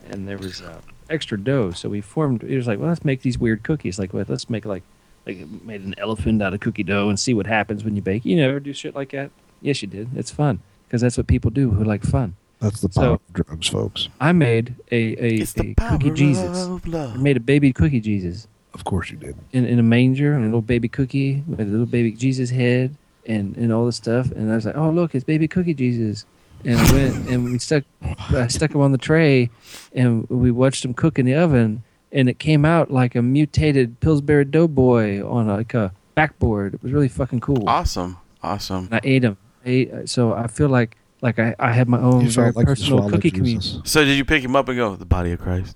Speaker 3: And there was uh, extra dough, so we formed. It was like, well, let's make these weird cookies. Like, well, let's make like like made an elephant out of cookie dough and see what happens when you bake. You never do shit like that. Yes, you did. It's fun because that's what people do who like fun.
Speaker 4: That's the power
Speaker 3: So-
Speaker 4: of drugs, folks.
Speaker 3: I made a, a,
Speaker 2: It's the
Speaker 3: a
Speaker 2: power
Speaker 3: cookie Jesus.
Speaker 2: of
Speaker 3: I
Speaker 2: love.
Speaker 3: made a baby cookie Jesus
Speaker 4: Of course you did.
Speaker 3: in, in a manger and a little baby cookie with a little baby Jesus head and, and all this stuff. And I was like, oh, look, it's baby cookie Jesus. And I went and we stuck, I stuck him on the tray and we watched him cook in the oven. And it came out like a mutated Pillsbury Doughboy on like a backboard. It was really fucking cool.
Speaker 2: Awesome, awesome.
Speaker 3: And I ate him. I ate, so I feel like like I, I had my own
Speaker 4: You
Speaker 3: very
Speaker 4: felt like you
Speaker 3: personal
Speaker 4: swallowed
Speaker 3: cookie community.
Speaker 4: Jesus.
Speaker 2: So did you pick him up and go the body of Christ?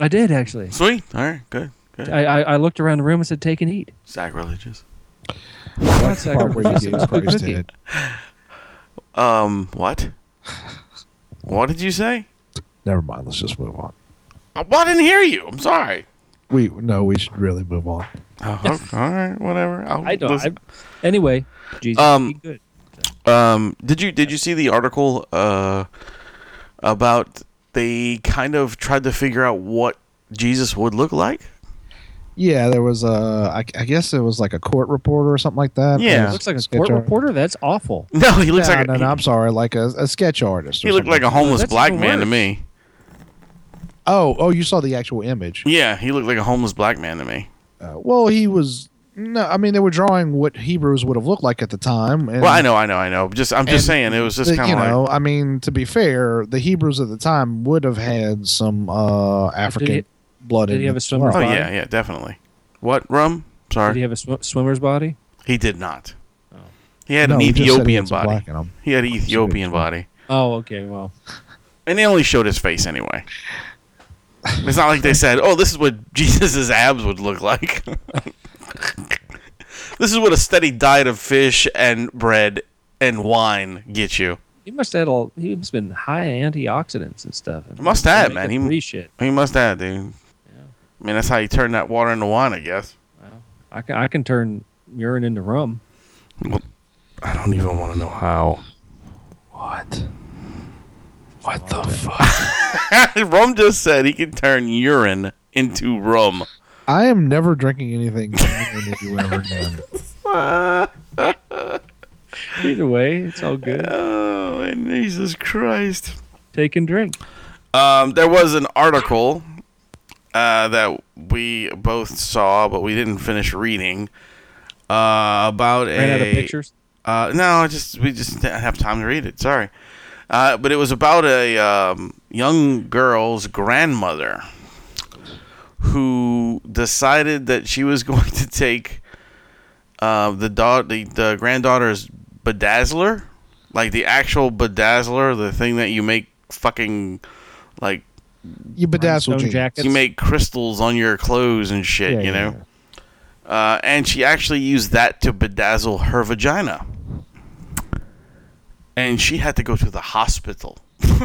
Speaker 3: I did actually.
Speaker 2: Sweet. All right. Good. Good.
Speaker 3: I, I, I looked around the room and said, "Take and eat."
Speaker 2: Sacrilegious.
Speaker 4: That's the part where you
Speaker 3: It's [LAUGHS]
Speaker 4: gave
Speaker 3: a
Speaker 4: Christ
Speaker 3: cookie.
Speaker 4: head.
Speaker 2: Um. What? [LAUGHS] What did you say?
Speaker 4: Never mind. Let's just move on.
Speaker 2: Uh, Well, I didn't hear you. I'm sorry.
Speaker 4: we no, we should really move on.
Speaker 2: Oh, [LAUGHS] all right, whatever. I'll
Speaker 3: I don't.
Speaker 2: listen.
Speaker 3: I, anyway, Jesus,
Speaker 2: Um,
Speaker 3: be good.
Speaker 2: Um, did you did you see the article uh, about they kind of tried to figure out what Jesus would look like? [LAUGHS]
Speaker 4: Yeah, there was a. I, I guess it was like a court reporter or something like that.
Speaker 2: Yeah.
Speaker 4: It was
Speaker 3: Looks like a
Speaker 4: sketch
Speaker 3: sport
Speaker 4: art-
Speaker 3: reporter. That's awful.
Speaker 2: No, he looks
Speaker 4: No,
Speaker 2: like
Speaker 4: no,
Speaker 2: a,
Speaker 4: no, I'm sorry, like a, a sketch artist.
Speaker 2: he,
Speaker 4: Or
Speaker 2: looked like
Speaker 4: something.
Speaker 2: a homeless
Speaker 3: That's
Speaker 2: black
Speaker 3: even
Speaker 2: man to
Speaker 3: worse.
Speaker 2: me.
Speaker 4: Oh, oh, you saw the actual image.
Speaker 2: Yeah, he looked like a homeless black man to me.
Speaker 4: Uh, well, he was. No, I mean they were drawing what Hebrews would have looked like at the time. And,
Speaker 2: Well, I know, I know, I know. Just I'm just saying it was just
Speaker 4: the-
Speaker 2: kind
Speaker 4: you
Speaker 2: of like
Speaker 4: know, I mean, to be fair, the Hebrews at the time would have had some uh, African
Speaker 3: he-
Speaker 4: blood.
Speaker 3: did
Speaker 4: in
Speaker 3: he have
Speaker 4: it
Speaker 3: a
Speaker 4: as
Speaker 3: swimmer
Speaker 4: well.
Speaker 2: Oh
Speaker 3: Fine.
Speaker 2: yeah, yeah, definitely. What rum? Sorry,
Speaker 3: Did he have Oh. a sw- swimmer's body?
Speaker 2: he did not. He had
Speaker 4: No,
Speaker 2: an
Speaker 4: he just said he
Speaker 2: Ethiopian
Speaker 4: had some
Speaker 2: body.
Speaker 4: black in him.
Speaker 2: He had an Ethiopian body,
Speaker 3: Oh, okay. Well,
Speaker 2: and they only showed his face anyway. It's not like they said, "Oh, this is what [LAUGHS] Jesus' abs would look like." [LAUGHS] this is what a steady diet of fish and bread and wine gets you.
Speaker 3: he must have had all. He must have been high in antioxidants and stuff. And
Speaker 2: Must have, man. He-
Speaker 3: He shit.
Speaker 2: He must have, dude. I mean, that's how you turn that water into wine, I guess.
Speaker 3: I can I can turn urine into rum.
Speaker 2: I don't even want to know how.
Speaker 4: What? What the fuck?
Speaker 2: [LAUGHS] Rum just said he can turn urine into rum.
Speaker 4: I am never drinking anything [LAUGHS] any of you ever again.
Speaker 3: Either way, it's all good.
Speaker 2: Oh, and Jesus Christ.
Speaker 3: Take and drink.
Speaker 2: Um, there was an article uh, that we both saw, but we didn't finish reading. Uh, about
Speaker 3: Ran
Speaker 2: a
Speaker 3: out of pictures.
Speaker 2: Uh, no, I just we just didn't have time to read it. Sorry, uh, but it was about a um, young girl's grandmother who decided that she was [LAUGHS] going to take uh, the daughter, the, the granddaughter's bedazzler, like the actual bedazzler, the thing that you make fucking like
Speaker 4: You bedazzled
Speaker 3: Stone
Speaker 4: jeans.
Speaker 3: jackets.
Speaker 2: you make crystals on your clothes and shit,
Speaker 4: Yeah,
Speaker 2: you
Speaker 4: yeah,
Speaker 2: know. Uh, and she actually used that to bedazzle her vagina. And she had to go to the hospital. [LAUGHS]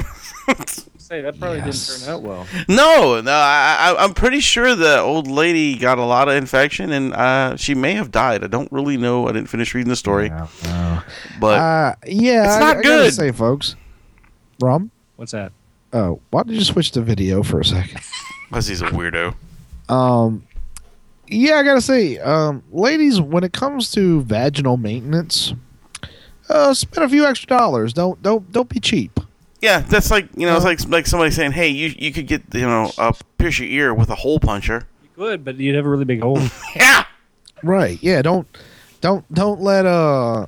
Speaker 3: Say that probably
Speaker 4: Yes.
Speaker 3: didn't turn out well.
Speaker 2: No, no, I, I, I'm pretty sure the old lady got a lot of infection, and uh, she may have died. I don't really know. I didn't finish reading the story,
Speaker 4: Yeah, no.
Speaker 2: but
Speaker 4: Uh, yeah,
Speaker 2: It's
Speaker 4: I,
Speaker 2: not
Speaker 4: I gotta
Speaker 2: good.
Speaker 4: say, folks. Rum.
Speaker 3: What's that?
Speaker 4: Oh, why don't you switch to video for a second? [LAUGHS]
Speaker 2: because he's a weirdo.
Speaker 4: Um, yeah, I gotta say, um, ladies, when it comes to vaginal maintenance, uh, spend a few extra dollars. Don't don't don't be cheap.
Speaker 2: Yeah, that's like you know,
Speaker 4: uh,
Speaker 2: it's like like somebody saying, "Hey, you you could get you know, uh, pierce your ear with a hole puncher."
Speaker 3: You could, but you'd have a really big hole.
Speaker 2: Yeah,
Speaker 4: Right. Yeah. Don't don't don't let uh uh,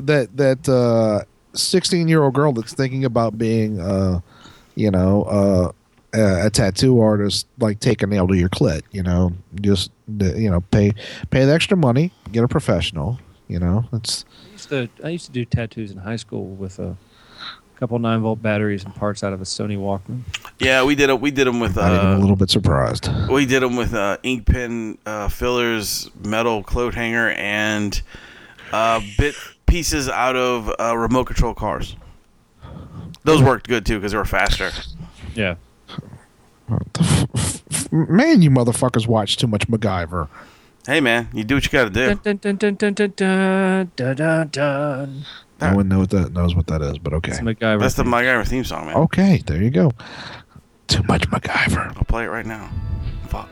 Speaker 4: that that uh sixteen year old girl that's thinking about being uh you know uh a a tattoo artist like take a nail to your clit. You know, just uh, you know pay pay the extra money, get a professional. You know, it's
Speaker 3: I used to I used to do tattoos in high school with a couple nine volt batteries and parts out of a Sony Walkman.
Speaker 2: yeah, we did it. We did them with
Speaker 4: not even
Speaker 2: uh,
Speaker 4: a little bit surprised.
Speaker 2: We did them with uh, ink pen uh, fillers, metal cloth hanger, and uh, bit pieces out of uh, remote control cars. Those worked good too because they were faster.
Speaker 3: Yeah.
Speaker 4: Man, you motherfuckers watch too much MacGyver.
Speaker 2: Hey man, you do what you got to do.
Speaker 3: Dun, dun, dun, dun, dun, dun, dun, dun, dun, dun.
Speaker 4: No one knows what that knows what that is, but okay.
Speaker 3: It's MacGyver.
Speaker 2: That's the
Speaker 3: thing.
Speaker 2: MacGyver theme song, man.
Speaker 4: Okay, there you go. Too much MacGyver.
Speaker 2: I'll play it right now. Fuck.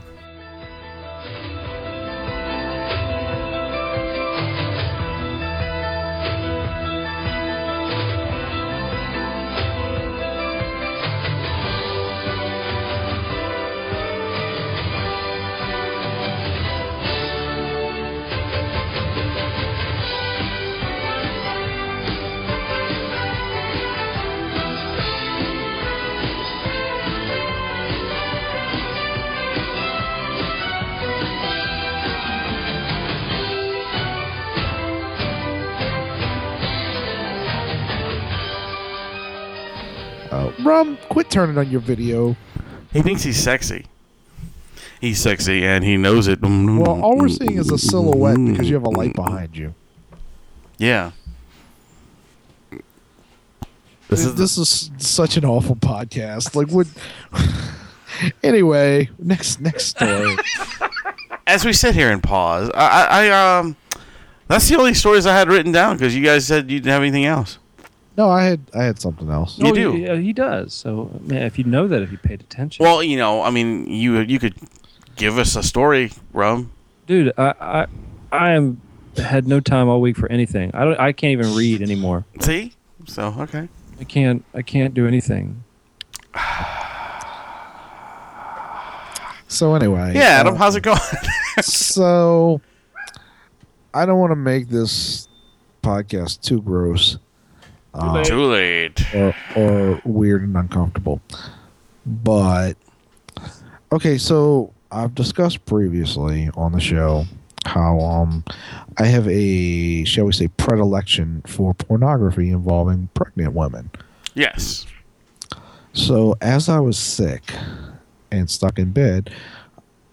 Speaker 4: Uh, Rum, quit turning on your video.
Speaker 2: He thinks he's sexy. He's sexy and he knows it.
Speaker 4: Well, all
Speaker 2: mm,
Speaker 4: we're seeing is a silhouette because you have a light behind you.
Speaker 2: Yeah.
Speaker 4: This is, this is such an awful podcast. Like, what? [LAUGHS] Anyway, next
Speaker 2: [LAUGHS]
Speaker 4: next story.
Speaker 2: As we sit here and pause, I, I, I um, that's the only stories I had written down because you guys said you didn't have anything else.
Speaker 4: no, I had I had something else.
Speaker 2: You
Speaker 3: Oh,
Speaker 2: do.
Speaker 3: He, uh, he does. So man, if you know that, if you paid attention,
Speaker 2: Well, you know, I mean, you you could give us a story, Rum.
Speaker 3: dude, I, I, I am had no time all week for anything. I don't. I can't even read anymore.
Speaker 2: See, so okay.
Speaker 3: I can't. I can't do anything.
Speaker 4: So anyway,
Speaker 2: Yeah, Adam,
Speaker 4: uh,
Speaker 2: how's it going?
Speaker 4: so I don't want to make this podcast too gross uh,
Speaker 2: Too late.
Speaker 4: or, or weird and uncomfortable, but okay. So I've discussed previously on the show how um I have a shall we say predilection for pornography involving pregnant women.
Speaker 2: Yes.
Speaker 4: So as I was sick and stuck in bed,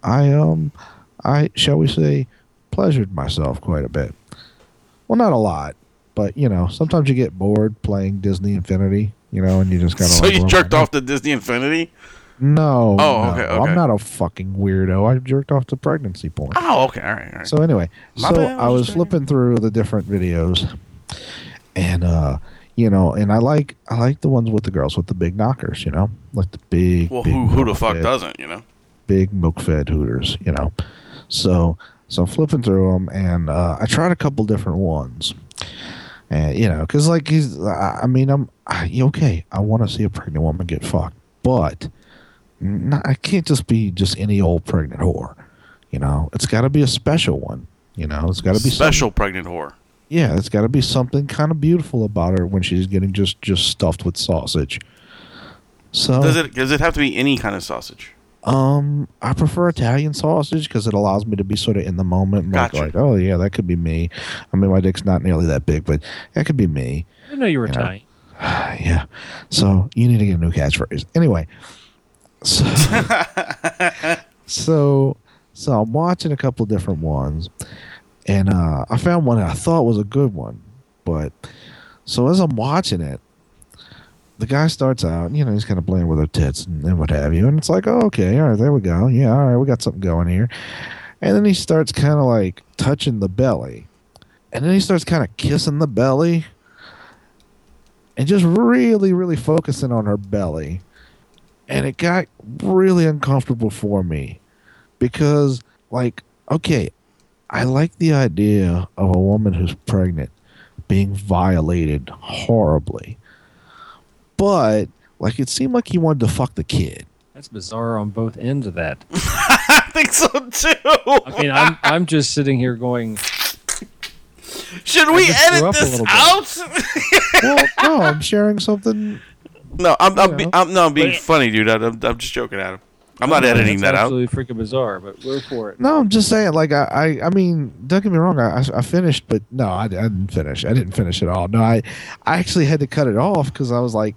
Speaker 4: I um I shall we say pleasured myself quite a bit. Well, not a lot, but you know, sometimes you get bored playing Disney Infinity, you know, and you just kind of
Speaker 2: So
Speaker 4: like,
Speaker 2: you
Speaker 4: well,
Speaker 2: jerked off to Disney Infinity?
Speaker 4: No.
Speaker 2: Oh,
Speaker 4: no,
Speaker 2: okay, okay.
Speaker 4: I'm not a fucking weirdo. I jerked off to pregnancy porn.
Speaker 2: Oh, okay. All right. All right.
Speaker 4: So anyway,
Speaker 2: My
Speaker 4: so
Speaker 2: bad, I
Speaker 4: I
Speaker 2: was
Speaker 4: was
Speaker 2: just
Speaker 4: flipping through the different videos, and uh, you know, and I like I like the ones with the girls with the big knockers, you know, like the big.
Speaker 2: well,
Speaker 4: big
Speaker 2: who who the
Speaker 4: milk
Speaker 2: fuck
Speaker 4: fed-
Speaker 2: doesn't? You know.
Speaker 4: Big milk fed hooters, you know. So so I'm flipping through them, and uh, I tried a couple different ones, and you know, because like he's, I I mean, I'm I, yeah, okay. I want to see a pregnant woman get fucked, but not, I can't just be just any old pregnant whore. You know, it's got to be a special one. You know, it's got to be
Speaker 2: Special pregnant whore.
Speaker 4: some- yeah, it's got to be something kind of beautiful about her when she's getting just just stuffed with sausage. So
Speaker 2: Does it does it have to be any kind of sausage?
Speaker 4: um, I prefer Italian sausage because it allows me to be sort of in the moment. and like-
Speaker 2: Gotcha.
Speaker 4: Like, oh yeah, that could be me. I mean, my dick's not nearly that big, but that could be me.
Speaker 3: I didn't know you were
Speaker 4: Yeah.
Speaker 3: Italian.
Speaker 4: Yeah. So you need to get a new catchphrase. Anyway. So so, so I'm watching a couple different ones and uh, I found one that I thought was a good one. But so as I'm watching it, the guy starts out, you know, he's kind of playing with her tits and, and what have you. And it's like, oh, okay, all right, there we go. Yeah, all right, we got something going here. And then he starts kind of like touching the belly. And then he starts kind of kissing the belly and just really, really focusing on her belly. And it got really uncomfortable for me because, like, okay, I like the idea of a woman who's pregnant being violated horribly. But, like, it seemed like he wanted to fuck the kid.
Speaker 3: That's bizarre on both ends of that.
Speaker 2: I think so too.
Speaker 3: I mean, I'm I'm just sitting here going.
Speaker 2: [LAUGHS] Should we
Speaker 3: just grew
Speaker 2: edit
Speaker 3: up a
Speaker 2: this
Speaker 3: little bit.
Speaker 2: out? [LAUGHS]
Speaker 4: well, no, I'm sharing something.
Speaker 2: no, I'm I'm, be,
Speaker 4: Yeah.
Speaker 2: I'm no I'm being funny, dude. I- I'm I'm just joking, Adam. [LAUGHS] I'm not editing
Speaker 3: "Oh, that's
Speaker 2: that out.
Speaker 3: absolutely freaking bizarre, but we're for it.
Speaker 4: No, I'm just saying, like, I, I, I mean, don't get me wrong, I, I- I finished, but no, I, I didn't finish. I didn't finish at all. No, I, I actually had to cut it off because I was like,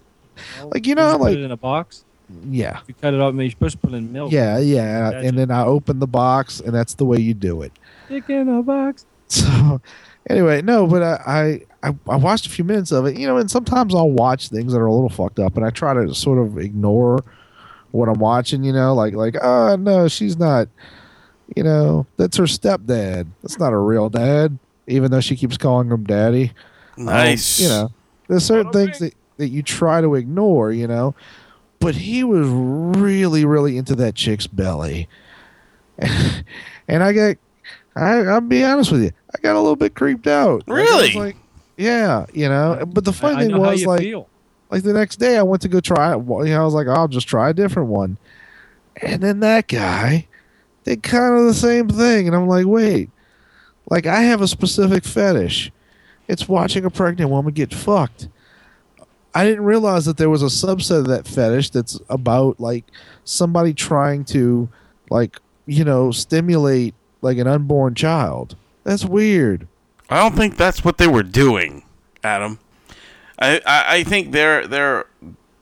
Speaker 4: Like, you know,
Speaker 3: just
Speaker 4: like-
Speaker 3: put it in a box.
Speaker 4: yeah.
Speaker 3: If you cut it off, I mean, you're supposed to put it in milk.
Speaker 4: Yeah, yeah.
Speaker 3: Oh, Gotcha.
Speaker 4: And then I open the box, and that's the way you do it. [LAUGHS]
Speaker 3: stick in a box.
Speaker 4: So, anyway, no, but I, I, I- I watched a few minutes of it, you know, and sometimes I'll watch things that are a little fucked up, and I try to sort of ignore what I'm watching, you know, like, like, oh, no, she's not, you know, that's her stepdad. That's not a real dad, even though she keeps calling him daddy.
Speaker 2: Nice.
Speaker 4: Um, you know, there's certain things that, that you try to ignore, you know. But he was really, really into that chick's belly. [LAUGHS] and I got, I, I'll be honest with you, I got a little bit creeped out. Like, I was
Speaker 2: Really?
Speaker 4: like, yeah, you know. But the
Speaker 3: I, I
Speaker 4: funny thing
Speaker 3: know how
Speaker 4: was,
Speaker 3: you
Speaker 4: like,
Speaker 3: feel.
Speaker 4: like the next day I went to go try it. Well, You know, I was like, I'll just try a different one. And then that guy did kind of the same thing. And I'm like, wait, like I have a specific fetish. It's watching a pregnant woman get fucked. I didn't realize that there was a subset of that fetish that's about like somebody trying to like, you know, stimulate like an unborn child. That's weird.
Speaker 2: I don't think that's what they were doing, Adam. I I, I think there there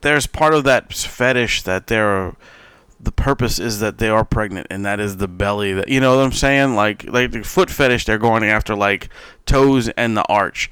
Speaker 2: there's part of that fetish that they're the purpose is that they are pregnant and that is the belly that you know what I'm saying like like the foot fetish they're going after like toes and the arch.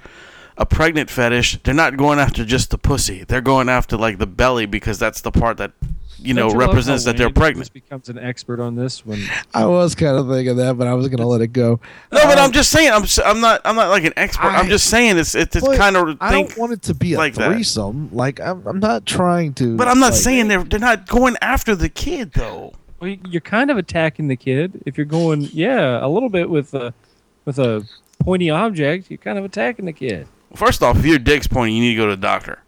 Speaker 2: A pregnant fetish, they're not going after just the pussy. They're going after like the belly because that's the part that you know,
Speaker 3: Don't you love
Speaker 2: represents
Speaker 3: how
Speaker 2: that they're
Speaker 3: Wayne
Speaker 2: pregnant.
Speaker 3: Just becomes an expert on this one.
Speaker 4: I was kind of thinking that, but I was going to let it go.
Speaker 2: No, but
Speaker 4: Um,
Speaker 2: I'm just saying. I'm s- I'm not I'm not like an expert. I,
Speaker 4: I-
Speaker 2: am just saying it's it's, it's
Speaker 4: but
Speaker 2: kind of
Speaker 4: I
Speaker 2: think.
Speaker 4: don't want it to be a
Speaker 2: like that.
Speaker 4: threesome. Like I'm, I'm not trying to.
Speaker 2: But I'm not
Speaker 4: like-
Speaker 2: saying they're they're not going after the kid though.
Speaker 3: Well, you- you're kind of attacking the kid if you're going, yeah, a little bit with a with a pointy object. You're kind of attacking the kid.
Speaker 2: First off, if your dick's pointing, you need to go to the doctor.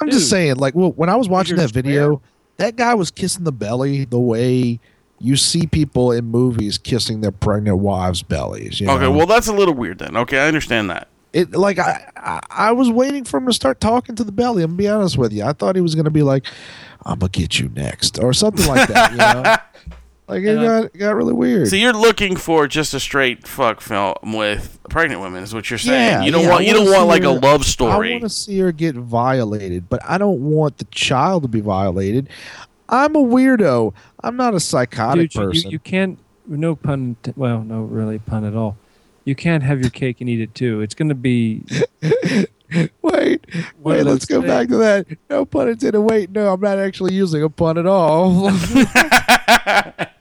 Speaker 4: I'm just
Speaker 3: Dude.
Speaker 4: saying, like, well, when I was watching
Speaker 3: Peter
Speaker 4: that video, that guy was kissing the belly the way you see people in movies kissing their pregnant wives' bellies. you
Speaker 2: Okay,
Speaker 4: know?
Speaker 2: well that's a little weird then. Okay, I understand that.
Speaker 4: it like I, I I was waiting for him to start talking to the belly. I'm gonna be honest with you, I thought he was gonna be like, "I'm gonna get you next" or something like that. You
Speaker 2: [LAUGHS]
Speaker 4: know? Like it
Speaker 3: And I-
Speaker 4: got, it got really weird.
Speaker 2: So you're looking for just a straight fuck film with pregnant women is what you're saying.
Speaker 4: Yeah,
Speaker 2: you don't
Speaker 4: yeah,
Speaker 2: want
Speaker 4: I
Speaker 2: you don't
Speaker 4: wanna
Speaker 2: want like
Speaker 4: see
Speaker 2: a
Speaker 4: her-
Speaker 2: love
Speaker 4: I
Speaker 2: story.
Speaker 4: want to see her get violated, but I don't want the child to be violated. I'm a weirdo. I'm not a psychotic
Speaker 3: Dude, you- you,
Speaker 4: person.
Speaker 3: you, can't. No pun. int- Well, no, really pun at all. You can't have your cake and eat it too. It's going to be.
Speaker 4: wait,
Speaker 3: One
Speaker 4: wait.
Speaker 3: of
Speaker 4: Let's
Speaker 3: those
Speaker 4: go back to that. No pun intended. Wait, no, I'm not actually using a pun at all. [LAUGHS] oh, that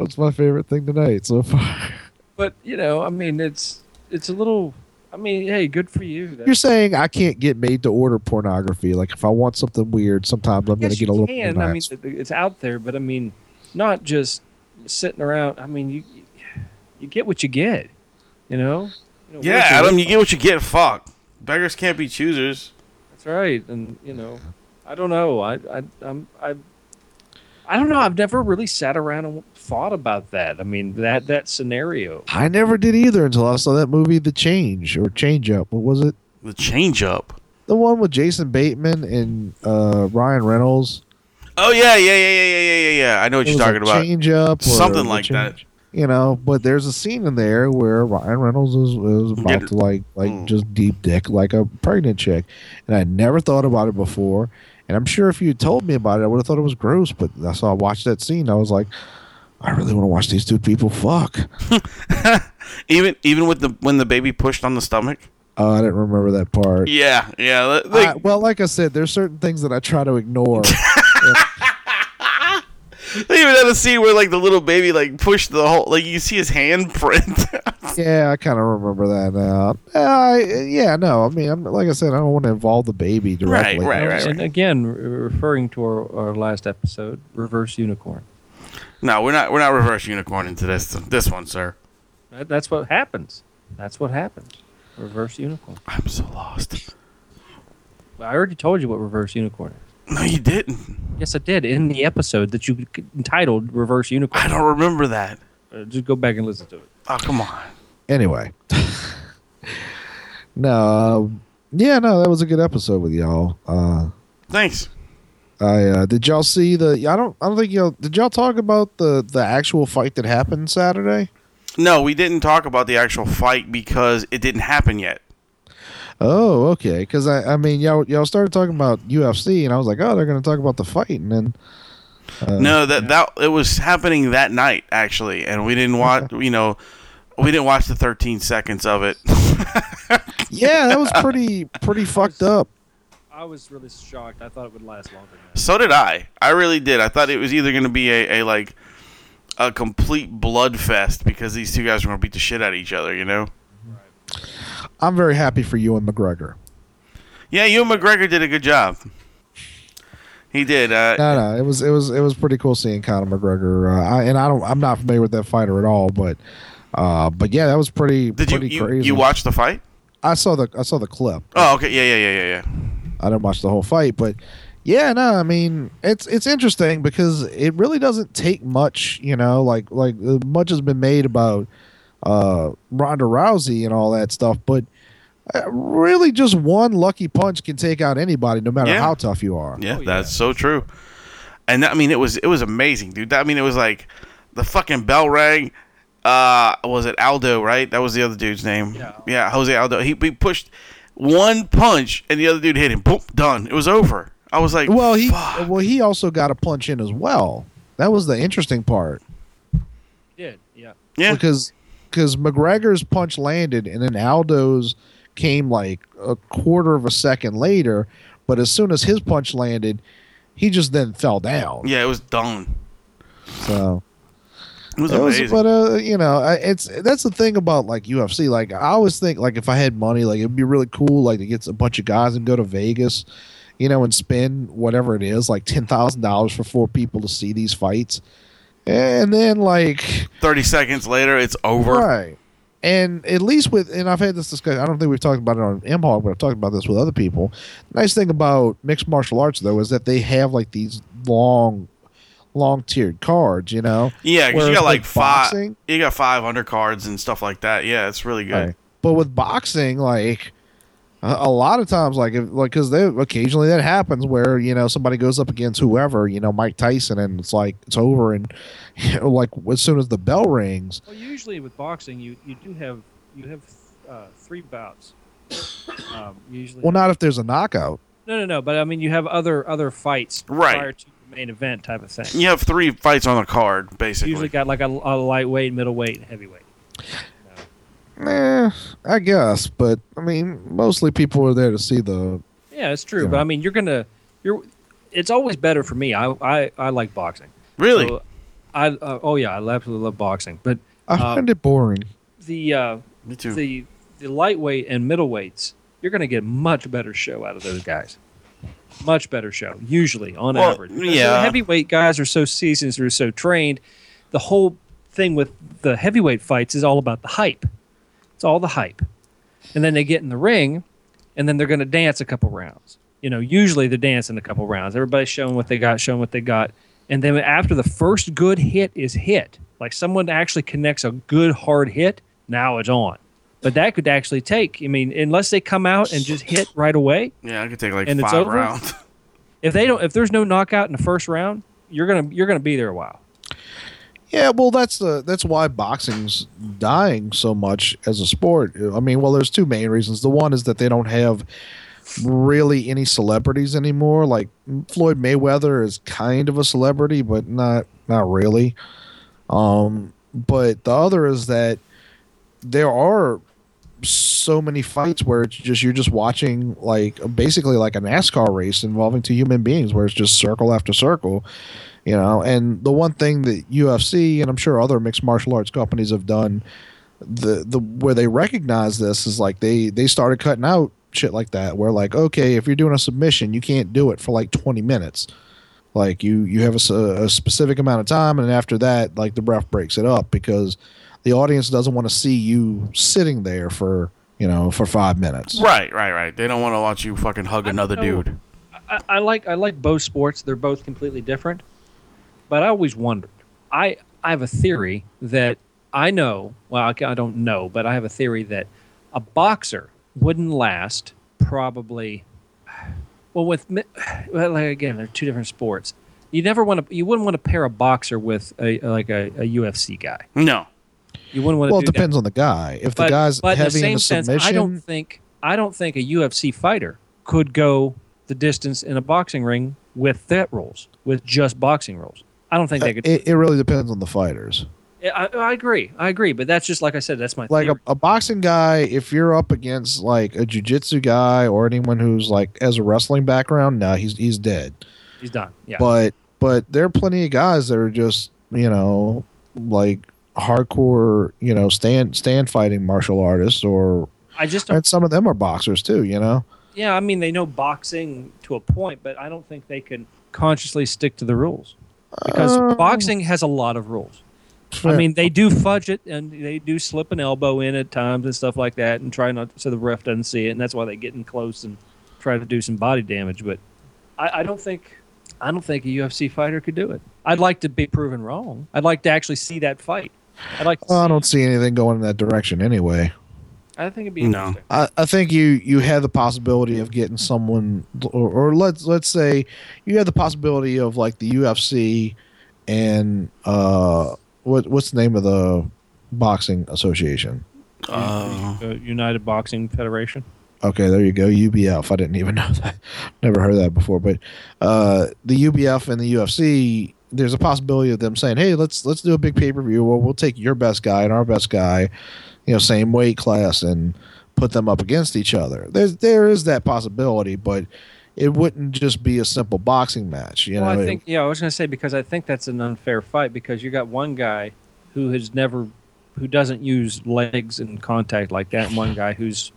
Speaker 4: was my favorite thing tonight so far.
Speaker 3: But you know, I mean, it's it's a little. I mean, hey, good for you. That's,
Speaker 4: You're saying I can't get made to order pornography? Like if I want something weird, sometimes I'm gonna
Speaker 3: yes,
Speaker 4: get a
Speaker 3: you
Speaker 4: little.
Speaker 3: can. I mean,
Speaker 4: pornography.
Speaker 3: th- it's out there, but I mean, not just sitting around. I mean, you you get what you get. You know. You know,
Speaker 2: yeah,
Speaker 3: worth the
Speaker 2: Adam,
Speaker 3: wait.
Speaker 2: you get what you get. Fuck, beggars can't be choosers.
Speaker 3: That's right, and you know, I don't know. I I I'm, I I don't know. I've never really sat around and thought about that. I mean, that that scenario.
Speaker 4: I never did either until I saw that movie, The Change or Change Up. What was it?
Speaker 2: The change up.
Speaker 4: The one with Jason Bateman and uh, Ryan Reynolds.
Speaker 2: Oh yeah, yeah, yeah, yeah, yeah, yeah, yeah. yeah. I know what
Speaker 4: It
Speaker 2: you're
Speaker 4: was
Speaker 2: talking
Speaker 4: like
Speaker 2: about.
Speaker 4: Change Up, or
Speaker 2: Something
Speaker 4: The
Speaker 2: like that.
Speaker 4: Change, You know, but there's a scene in there where Ryan Reynolds is, is about
Speaker 2: Get-
Speaker 4: to like like
Speaker 2: Mm.
Speaker 4: just deep dick like a pregnant chick, and I never thought about it before. And I'm sure if you had told me about it, I would have thought it was gross. But I saw I watched that scene, I was like, I really want to watch these two people fuck.
Speaker 2: Even even with the when the baby pushed on the stomach.
Speaker 4: Uh, I didn't remember that part.
Speaker 2: Yeah, yeah. li- Like,
Speaker 4: I- well, like I said, there's certain things that I try
Speaker 2: [LAUGHS]
Speaker 4: to ignore.
Speaker 2: They even had a scene where like the little baby like pushed the whole like you see his handprint. [LAUGHS]
Speaker 4: yeah, I kind of remember that now. Uh, I, yeah, no, I mean, I'm, like I said, I don't want to involve the baby
Speaker 2: Right,
Speaker 4: directly.
Speaker 2: right, right.
Speaker 3: And again, re- referring to our, our last episode, reverse unicorn.
Speaker 2: no, we're not we're not reverse unicorn into this this one, sir.
Speaker 3: That, that's what happens. That's what happens. Reverse unicorn.
Speaker 2: I'm so lost.
Speaker 3: I already told you what reverse unicorn is.
Speaker 2: No, you didn't.
Speaker 3: Yes, I did in the episode that you c- entitled "Reverse
Speaker 2: I
Speaker 3: Unicorn."
Speaker 2: don't remember that.
Speaker 3: Uh, just go back and listen to it.
Speaker 2: Oh come on.
Speaker 4: Anyway, [LAUGHS] no, um, yeah, no, that was a good episode with y'all. Uh,
Speaker 2: Thanks.
Speaker 4: I uh, did y'all see the? I don't, I don't think y'all did y'all talk about the the actual fight that happened Saturday.
Speaker 2: No, we didn't talk about the actual fight because it didn't happen yet.
Speaker 4: Oh, okay. Because I, I mean, y'all y'all started talking about UFC, and I was like, oh, they're going to talk about the fight, and then
Speaker 2: no, that that it was happening that night actually, and we didn't watch. you know, we didn't watch the 13 seconds of it.
Speaker 4: yeah, that was pretty pretty fucked up.
Speaker 3: I was really shocked. I thought it would last longer. Than
Speaker 2: So did I. I really did. I thought it was either going to be a, a like a complete blood fest because these two guys were going to beat the shit out of each other. You know.
Speaker 4: I'm very happy for you and McGregor.
Speaker 2: Yeah, you and McGregor did a good job. He did. Uh,
Speaker 4: No, no, it was it was it was pretty cool seeing Conor McGregor. Uh, I, and I don't, I'm not familiar with that fighter at all, but uh, but yeah, that was pretty
Speaker 2: did you,
Speaker 4: pretty
Speaker 2: you
Speaker 4: crazy.
Speaker 2: you watch the fight?
Speaker 4: I saw the I saw the clip.
Speaker 2: Oh, okay. Yeah, yeah, yeah, yeah, yeah.
Speaker 4: I didn't watch the whole fight, but yeah, no, I mean it's it's interesting because it really doesn't take much, you know, like like uh, much has been made about uh Ronda Rousey and all that stuff, but uh, really just one lucky punch can take out anybody, no matter
Speaker 2: Yeah.
Speaker 4: how tough you are.
Speaker 2: Yeah,
Speaker 3: Oh, yeah.
Speaker 2: that's so true. And I mean, it was it was amazing, dude. That- I mean, it was like the fucking bell rang. Uh, was it Aldo? Right, that was the other dude's name.
Speaker 3: Yeah.
Speaker 2: yeah Jose Aldo. He, he pushed one punch, and the other dude hit him. Boom, done. It was over. I was like,
Speaker 4: Well, he
Speaker 2: fuck.
Speaker 4: well he also got a punch in as well. That was the interesting part
Speaker 3: did yeah.
Speaker 2: yeah,
Speaker 4: because because McGregor's punch landed and then Aldo's came like a quarter of a second later, but as soon as his punch landed, He just then fell down.
Speaker 2: Yeah, it was done.
Speaker 4: So
Speaker 2: It was
Speaker 4: It was-
Speaker 2: amazing.
Speaker 4: but uh, you know, I, it's that's the thing about like UFC. Like I always think, like if I had money, like it'd be really cool, like to get a bunch of guys and go to Vegas, you know, and spend whatever it is, like ten thousand dollars for four people to see these fights, and then like
Speaker 2: Thirty seconds later, it's over.
Speaker 4: Right. And at least with, and I've had this discussion. I don't think we've talked about it on M Hog, but I've talked about this with other people. Nice thing about mixed martial arts though is that they have like these long, long tiered cards. You know.
Speaker 2: Yeah, 'cause you
Speaker 4: Whereas
Speaker 2: got like
Speaker 4: with
Speaker 2: five.
Speaker 4: boxing-
Speaker 2: You got five undercards and stuff like that. Yeah, it's really good.
Speaker 4: Right. But with boxing, like a, a lot of times, like if, like because occasionally that happens where you know somebody goes up against whoever you know Mike Tyson, and it's like it's over, and [LAUGHS] you know, like as soon as the bell rings,
Speaker 3: Well, usually with boxing, you, you do have you have uh, three bouts. Um, usually,
Speaker 4: well, not if there's a knockout.
Speaker 3: no, no, no. But I mean, you have other other fights
Speaker 2: Right.
Speaker 3: prior to the main event type of thing.
Speaker 2: You have three fights on the card,
Speaker 3: You
Speaker 2: basically.
Speaker 3: usually got like a, a lightweight, middleweight, and heavyweight.
Speaker 4: Eh, I guess, but I mean, mostly people are there to see the.
Speaker 3: Yeah, it's true.
Speaker 4: Yeah.
Speaker 3: But I mean, you're gonna you're. It's always better for me. I I, I like boxing.
Speaker 2: really?
Speaker 3: So I uh, oh yeah, I absolutely love boxing. But
Speaker 4: I
Speaker 3: Uh,
Speaker 4: find it boring.
Speaker 3: the uh,
Speaker 2: Me too.
Speaker 3: the the lightweight and middleweights, you're going to get much better show out of those guys. Much better show, usually on
Speaker 2: Well,
Speaker 3: average. Because the
Speaker 2: yeah.
Speaker 3: heavyweight guys are so seasoned, they're so trained. The whole thing with the heavyweight fights is all about the hype. It's all the hype, and then they get in the ring, and then they're going to dance a couple rounds. You know, usually they're dancing a couple rounds. Everybody's showing what they got, showing what they got, and then after the first good hit is hit, like someone actually connects a good hard hit, now it's on. But that could actually take. I mean, unless they come out and just hit right away,
Speaker 2: yeah, I could take like
Speaker 3: and it's
Speaker 2: five
Speaker 3: over? [LAUGHS]
Speaker 2: rounds.
Speaker 3: if they don't, if there's no knockout in the first round, you're gonna you're gonna be there a while.
Speaker 4: Yeah, well, that's the that's why boxing's dying so much as a sport. I mean, well, there's two main reasons. The one is that they don't have really any celebrities anymore. Like Floyd Mayweather is kind of a celebrity, but not not really. Um, but the other is that there are so many fights where it's just you're just watching like basically like a NASCAR race involving two human beings where it's just circle after circle, you know. And the one thing that UFC and I'm sure other mixed martial arts companies have done the the where they recognize this is like they they started cutting out shit like that where like okay if you're doing a submission you can't do it for like 20 minutes like you you have a s- a, specific amount of time and after that like the ref breaks it up because the audience doesn't want to see you sitting there for you know for five minutes
Speaker 2: right, right, right. They don't want to watch you fucking hug
Speaker 3: I don't
Speaker 2: another
Speaker 3: know.
Speaker 2: dude.
Speaker 3: I, I like I like both sports. They're both completely different. But I always wondered. I I have a theory that I know. Well, I, ca- I don't know, but I have a theory that a boxer wouldn't last probably. Well, with mi- well, like again, they're two different sports. You never want to. You wouldn't want to pair a boxer with a like a, a UFC guy.
Speaker 2: No.
Speaker 3: You wouldn't want to.
Speaker 4: well it
Speaker 3: do that
Speaker 4: depends on the guy if the guy's
Speaker 3: but
Speaker 4: heavy in the submission
Speaker 3: I don't think I don't think a UFC fighter could go the distance in a boxing ring with that rules, with just boxing rules. I don't think
Speaker 4: uh,
Speaker 3: they could.
Speaker 4: it, it really depends on the fighters
Speaker 3: I, I agree. I agree. But that's just like I said. That's my
Speaker 4: like a,
Speaker 3: theory.
Speaker 4: a boxing guy if you're up against like a jiu-jitsu guy or anyone who's like has a wrestling background nah he's he's dead
Speaker 3: He's done. Yeah.
Speaker 4: but but there are plenty of guys that are just you know like hardcore you know stand stand fighting martial artists or
Speaker 3: I just don't.
Speaker 4: and some of them are boxers too you know
Speaker 3: Yeah. I mean, they know boxing to a point, but I don't think they can consciously stick to the rules because
Speaker 4: Uh,
Speaker 3: boxing has a lot of rules. I
Speaker 4: fair.
Speaker 3: mean, they do fudge it and they do slip an elbow in at times and stuff like that, and try not so the ref doesn't see it, and that's why they get in close and try to do some body damage. But I, I don't think I don't think a UFC fighter could do it. I'd like to be proven wrong. I'd like to actually see that fight. I'd like. To
Speaker 4: i
Speaker 3: see-
Speaker 4: don't see anything going in that direction anyway
Speaker 3: I think it'd be
Speaker 2: No.
Speaker 3: interesting.
Speaker 4: I, I think you you had the possibility of getting someone, or, or let's let's say you had the possibility of like the UFC and uh, what what's the name of the boxing association?
Speaker 2: Uh,
Speaker 3: Uh, United Boxing Federation.
Speaker 4: Okay, there you go, UBF. I didn't even [LAUGHS] know that, never heard that before. But uh, the UBF and the UFC, there's a possibility of them saying, hey, let's let's do a big pay per view. Well, we'll take your best guy and our best guy, you know, same weight class and put them up against each other. There's there is that possibility, but it wouldn't just be a simple boxing match. You
Speaker 3: well,
Speaker 4: know,
Speaker 3: I
Speaker 4: It-
Speaker 3: think yeah, I was going to say because I think that's an unfair fight because you got one guy who has never, who doesn't use legs in contact like that, and one guy who's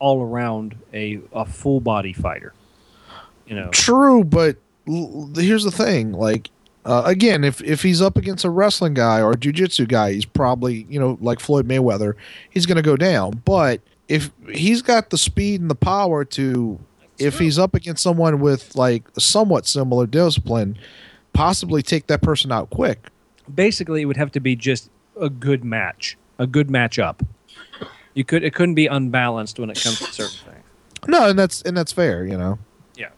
Speaker 3: all around a a full body fighter. You know,
Speaker 4: True, but l- here's the thing: like uh, again, if if he's up against a wrestling guy or a jujitsu guy, he's probably you know like Floyd Mayweather, he's going to go down. But if he's got the speed and the power to, if he's up against someone with like somewhat similar discipline, possibly take that person out quick.
Speaker 3: basically, it would have to be just a good match, a good matchup. You could it couldn't be unbalanced when it comes to certain things.
Speaker 4: No, and that's and that's fair, you know.
Speaker 3: Yeah,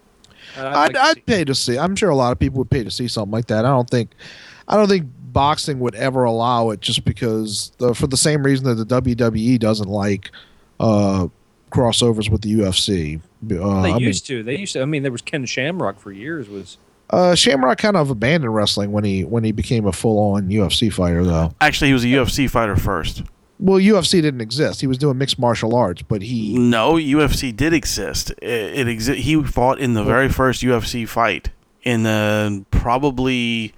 Speaker 3: Uh,
Speaker 4: I'd, I'd pay to see. I'm sure a lot of people would pay to see something like that. I don't think, I don't think boxing would ever allow it, just because the, for the same reason that the WWE doesn't like uh, crossovers with the UFC. Uh,
Speaker 3: they
Speaker 4: I mean,
Speaker 3: used to. They used to. I mean, there was Ken Shamrock for years. Was
Speaker 4: uh, Shamrock kind of abandoned wrestling when he when he became a full on UFC fighter, though.
Speaker 2: Actually, he was a UFC fighter first.
Speaker 4: Well, UFC didn't exist. He was doing mixed martial arts, but he
Speaker 2: No, UFC did exist. It, it exi- He fought in
Speaker 3: Oh.
Speaker 2: the very first UFC fight in the probably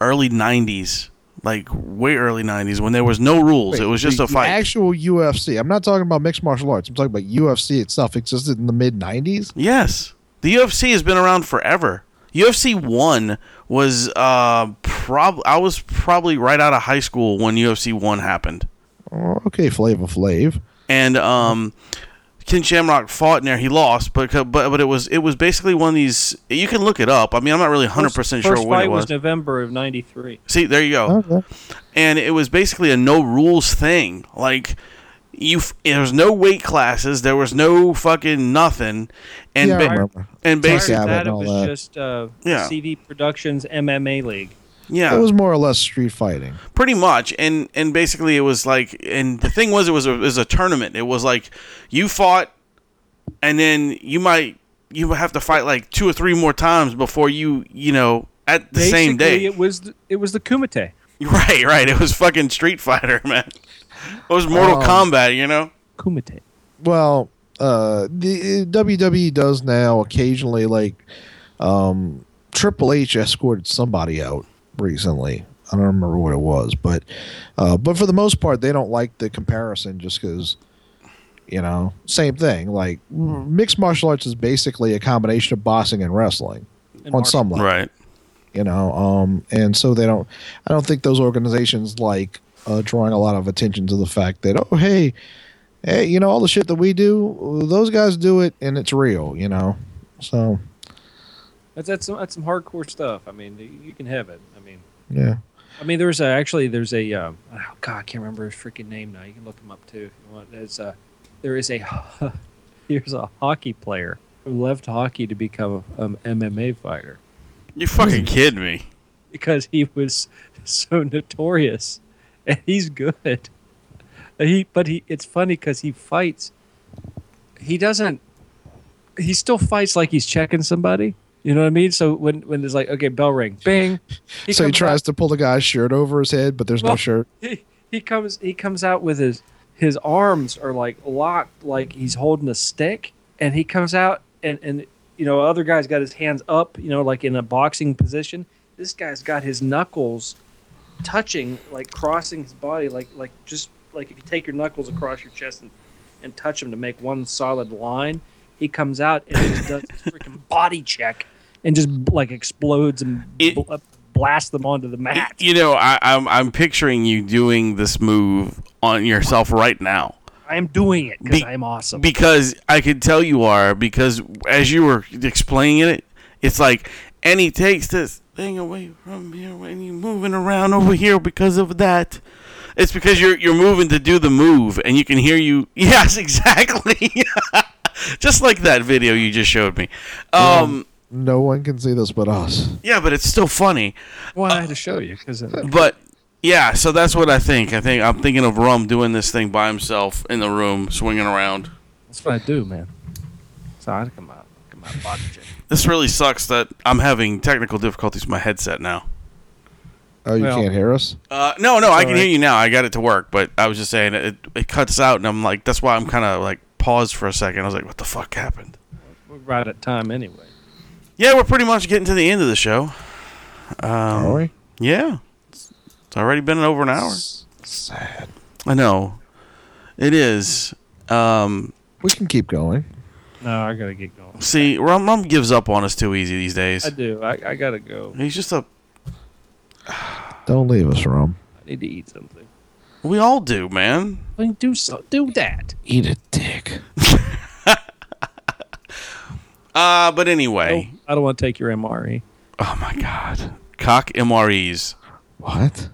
Speaker 2: early '90s, like way early '90s, when there was no rules. it was just
Speaker 4: the,
Speaker 2: a fight.
Speaker 4: The actual UFC. I'm not talking about mixed martial arts. I'm talking about UFC itself existed in the mid '90s.
Speaker 2: Yes. The UFC has been around forever. UFC 1 was uh prob I was probably right out of high school when UFC 1 happened.
Speaker 4: Oh, okay, Flavor Flav.
Speaker 2: And um Ken Shamrock fought in there. He lost, but but but it was it was basically one of these you can look it up. I mean, I'm not really 100%
Speaker 3: first
Speaker 2: sure when
Speaker 3: fight
Speaker 2: it was.
Speaker 3: was November of '93.
Speaker 2: See, there you go.
Speaker 4: Okay.
Speaker 2: and it was basically a no rules thing. Like you, f- there was no weight classes, there was no fucking nothing, and
Speaker 4: Yeah, I
Speaker 2: ba-
Speaker 4: remember.
Speaker 2: and
Speaker 3: Prior
Speaker 4: Jack
Speaker 2: basically,
Speaker 3: to
Speaker 4: Abbott
Speaker 3: that,
Speaker 4: and
Speaker 3: it
Speaker 4: all
Speaker 3: was
Speaker 4: that.
Speaker 3: just uh,
Speaker 2: Yeah.
Speaker 3: CD Productions MMA League.
Speaker 2: yeah,
Speaker 4: It was more or less street fighting.
Speaker 2: pretty much. And and basically, it was like, and the thing was, it was a, it was a tournament. It was like you fought, and then you might you would have to fight like two or three more times before you you know at the same
Speaker 3: Basically,
Speaker 2: day.
Speaker 3: it was th- it was the Kumite.
Speaker 2: [LAUGHS] right, right. It was fucking Street Fighter, [LAUGHS] man. It was Mortal
Speaker 4: Um,
Speaker 2: Kombat, you know.
Speaker 3: Kumite.
Speaker 4: Well, uh, the WWE does now occasionally like um, Triple H escorted somebody out recently. I don't remember what it was, but uh, but for the most part, they don't like the comparison just because you know same thing. Like mixed martial arts is basically a combination of boxing and wrestling
Speaker 3: And
Speaker 4: on
Speaker 3: Mark-
Speaker 4: some level.
Speaker 2: Right.
Speaker 4: you know um and so they don't i don't think those organizations like uh, drawing a lot of attention to the fact that oh hey hey you know all the shit that we do those guys do it and it's real you know so
Speaker 3: That's that's some, that's some hardcore stuff. I mean, y- you can have it. I mean,
Speaker 4: yeah
Speaker 3: I mean, there's a, actually there's a um, oh god, I can't remember his freaking name now. You can look him up too if you want. There's a there is a [LAUGHS] here's a hockey player who left hockey to become an MMA fighter
Speaker 2: You fucking kidding me?
Speaker 3: because he was so notorious, and he's good. He but he it's funny because he fights. He doesn't. He still fights like he's checking somebody. You know what I mean? So when when there's like okay bell ring, bing.
Speaker 4: so he
Speaker 3: comes out-
Speaker 4: tries to pull the guy's shirt over his head but there's no
Speaker 3: Well-
Speaker 4: shirt
Speaker 3: he, he comes he comes out with his his arms are like locked like he's holding a stick and he comes out and and you know other guy's got his hands up you know like in a boxing position this guy's got his knuckles touching like crossing his body like like just like if you take your knuckles across your chest and, and touch them to make one solid line he comes out and just does
Speaker 2: [LAUGHS]
Speaker 3: his freaking body check and just like explodes and
Speaker 2: It-
Speaker 3: bl- uh, blasts them onto the mat
Speaker 2: You know, I, I'm I'm picturing you doing this move on yourself right now
Speaker 3: I'm doing it because
Speaker 2: Be-
Speaker 3: I'm awesome.
Speaker 2: because I could tell you are because as you were explaining it, it's like and he takes this thing away from here and you moving around over here because of that. It's because you're you're moving to do the move and you can hear you. [LAUGHS] Yes, exactly. [LAUGHS] just like that video you just showed me.
Speaker 3: Mm-hmm.
Speaker 2: Um,
Speaker 4: no one can see this but us
Speaker 2: yeah, but it's still funny.
Speaker 3: well, I had to show you because
Speaker 2: But yeah, so that's what I think. I think I'm thinking of Rum doing this thing by himself in the room, swinging around.
Speaker 3: that's what I do, man. So I come out, come out body check.
Speaker 2: This really sucks that I'm having technical difficulties with my headset now.
Speaker 4: oh you
Speaker 3: Well-
Speaker 4: can't hear us
Speaker 2: Uh, no, no, I can
Speaker 3: all
Speaker 2: hear
Speaker 3: right.
Speaker 2: you now. I got it to work, but I was just saying it, it cuts out, and I'm like, that's why I'm kind of like paused for a second. I was like, what the fuck happened?
Speaker 3: we're right at time anyway.
Speaker 2: Yeah, we're pretty much getting to the end of the show. Um,
Speaker 4: Are we?
Speaker 2: Yeah, it's already been over an hour.
Speaker 4: Sad.
Speaker 2: I know, it is. Um,
Speaker 4: We can keep going.
Speaker 3: No, I gotta get going.
Speaker 2: see, Rum Rum gives up on us too easy these
Speaker 3: I
Speaker 2: days.
Speaker 3: do. I, I gotta go.
Speaker 2: He's just a.
Speaker 4: Don't leave us, Rum.
Speaker 3: I need to eat something.
Speaker 2: We all do, man.
Speaker 3: I mean, do so. Do that.
Speaker 4: Eat a dick.
Speaker 2: Uh, but anyway.
Speaker 3: I don't want to take your E. MRE.
Speaker 2: Oh my God. Cock MREs.
Speaker 4: What?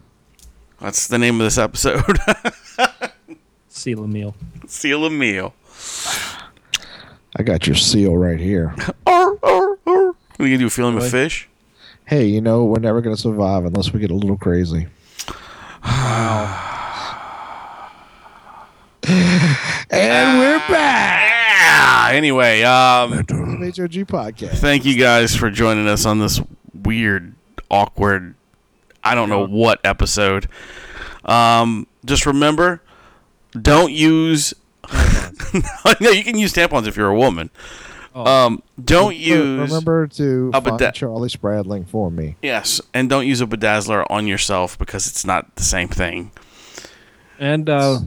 Speaker 2: That's the name of this episode. [LAUGHS]
Speaker 3: Seal a meal.
Speaker 2: Seal a meal.
Speaker 4: I got your seal right
Speaker 3: [LAUGHS]
Speaker 4: here.
Speaker 2: Arr, arr, arr. What are you gonna do? Feel him a
Speaker 3: Really?
Speaker 2: fish?
Speaker 4: hey, you know, we're never going to survive unless we get a little crazy. and we're back.
Speaker 2: Ah, anyway, um,
Speaker 4: The HOG podcast.
Speaker 2: thank you guys for joining us on this weird, awkward, I don't know what episode. Um, just remember, don't use. [LAUGHS] no, you can use tampons if you're a woman. Um, don't use.
Speaker 4: Oh. Remember to
Speaker 2: Up a
Speaker 4: find
Speaker 2: da-
Speaker 4: Charlie Spradling for me.
Speaker 2: Yes, and don't use a bedazzler on yourself because it's not the same thing.
Speaker 3: And uh,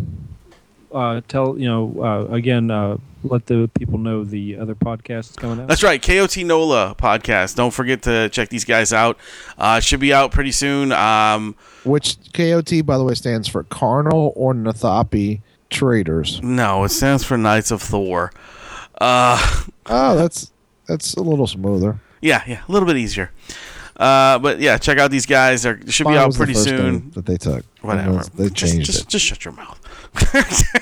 Speaker 3: uh, tell you know uh, again. Uh, let the people know the other podcast is coming out.
Speaker 2: That's right, KOT Nola podcast. Don't forget to check these guys out. Uh, it should be out pretty soon. Um,
Speaker 4: Which KOT, by the way, stands for Carnal or Nathapi Traders.
Speaker 2: no, it stands for Knights of Thor. Uh,
Speaker 4: Oh, that's that's a little smoother.
Speaker 2: yeah, yeah, a little bit easier. Uh, but yeah, check out these guys. They're, it should
Speaker 4: Mine
Speaker 2: be out
Speaker 4: was the
Speaker 2: pretty
Speaker 4: first
Speaker 2: soon.
Speaker 4: name That they took.
Speaker 2: Whatever.
Speaker 4: They
Speaker 2: just,
Speaker 4: changed
Speaker 2: just,
Speaker 4: it.
Speaker 2: just shut your mouth. [LAUGHS]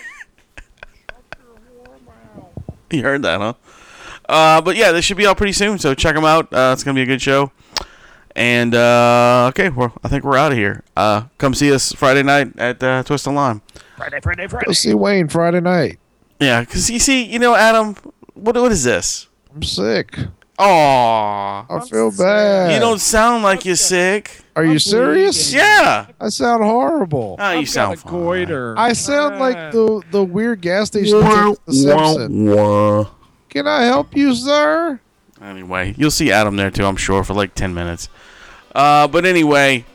Speaker 2: you heard that, huh? Uh, but yeah, this should be out pretty soon, so check them out. Uh, it's gonna be a good show. And uh, okay, well, I think we're out of here. Uh, come see us Friday night at uh, Twist and Lime.
Speaker 4: Go see Wayne Friday night.
Speaker 2: Yeah, because you see, you know, Adam, what what is this?
Speaker 4: I'm sick.
Speaker 2: Aw,
Speaker 4: I feel bad.
Speaker 2: you don't sound like you're sick.
Speaker 4: Are you serious?
Speaker 2: Yeah,
Speaker 4: I sound horrible.
Speaker 2: oh, you
Speaker 3: I've
Speaker 2: sound
Speaker 3: got a
Speaker 2: fine.
Speaker 3: goiter.
Speaker 4: I sound like the the weird gas station.
Speaker 2: Wah,
Speaker 4: detective The Simpsons.
Speaker 2: wah, wah.
Speaker 4: Can I help you, sir?
Speaker 2: Anyway, you'll see Adam there too, I'm sure, for like 10 minutes. Uh, but anyway,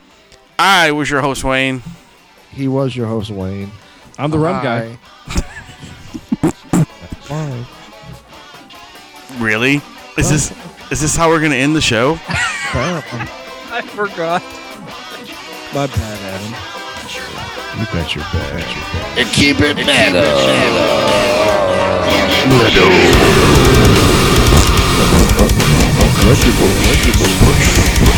Speaker 2: I was your host, Wayne.
Speaker 4: He was your host, Wayne.
Speaker 3: I'm the rum guy.
Speaker 4: Hi.
Speaker 2: Really? Is this is this how we're gonna end the show?
Speaker 4: Apparently.
Speaker 3: [LAUGHS] I forgot. My bad, Adam.
Speaker 4: You bet your bet.
Speaker 5: Legible, legible, legible.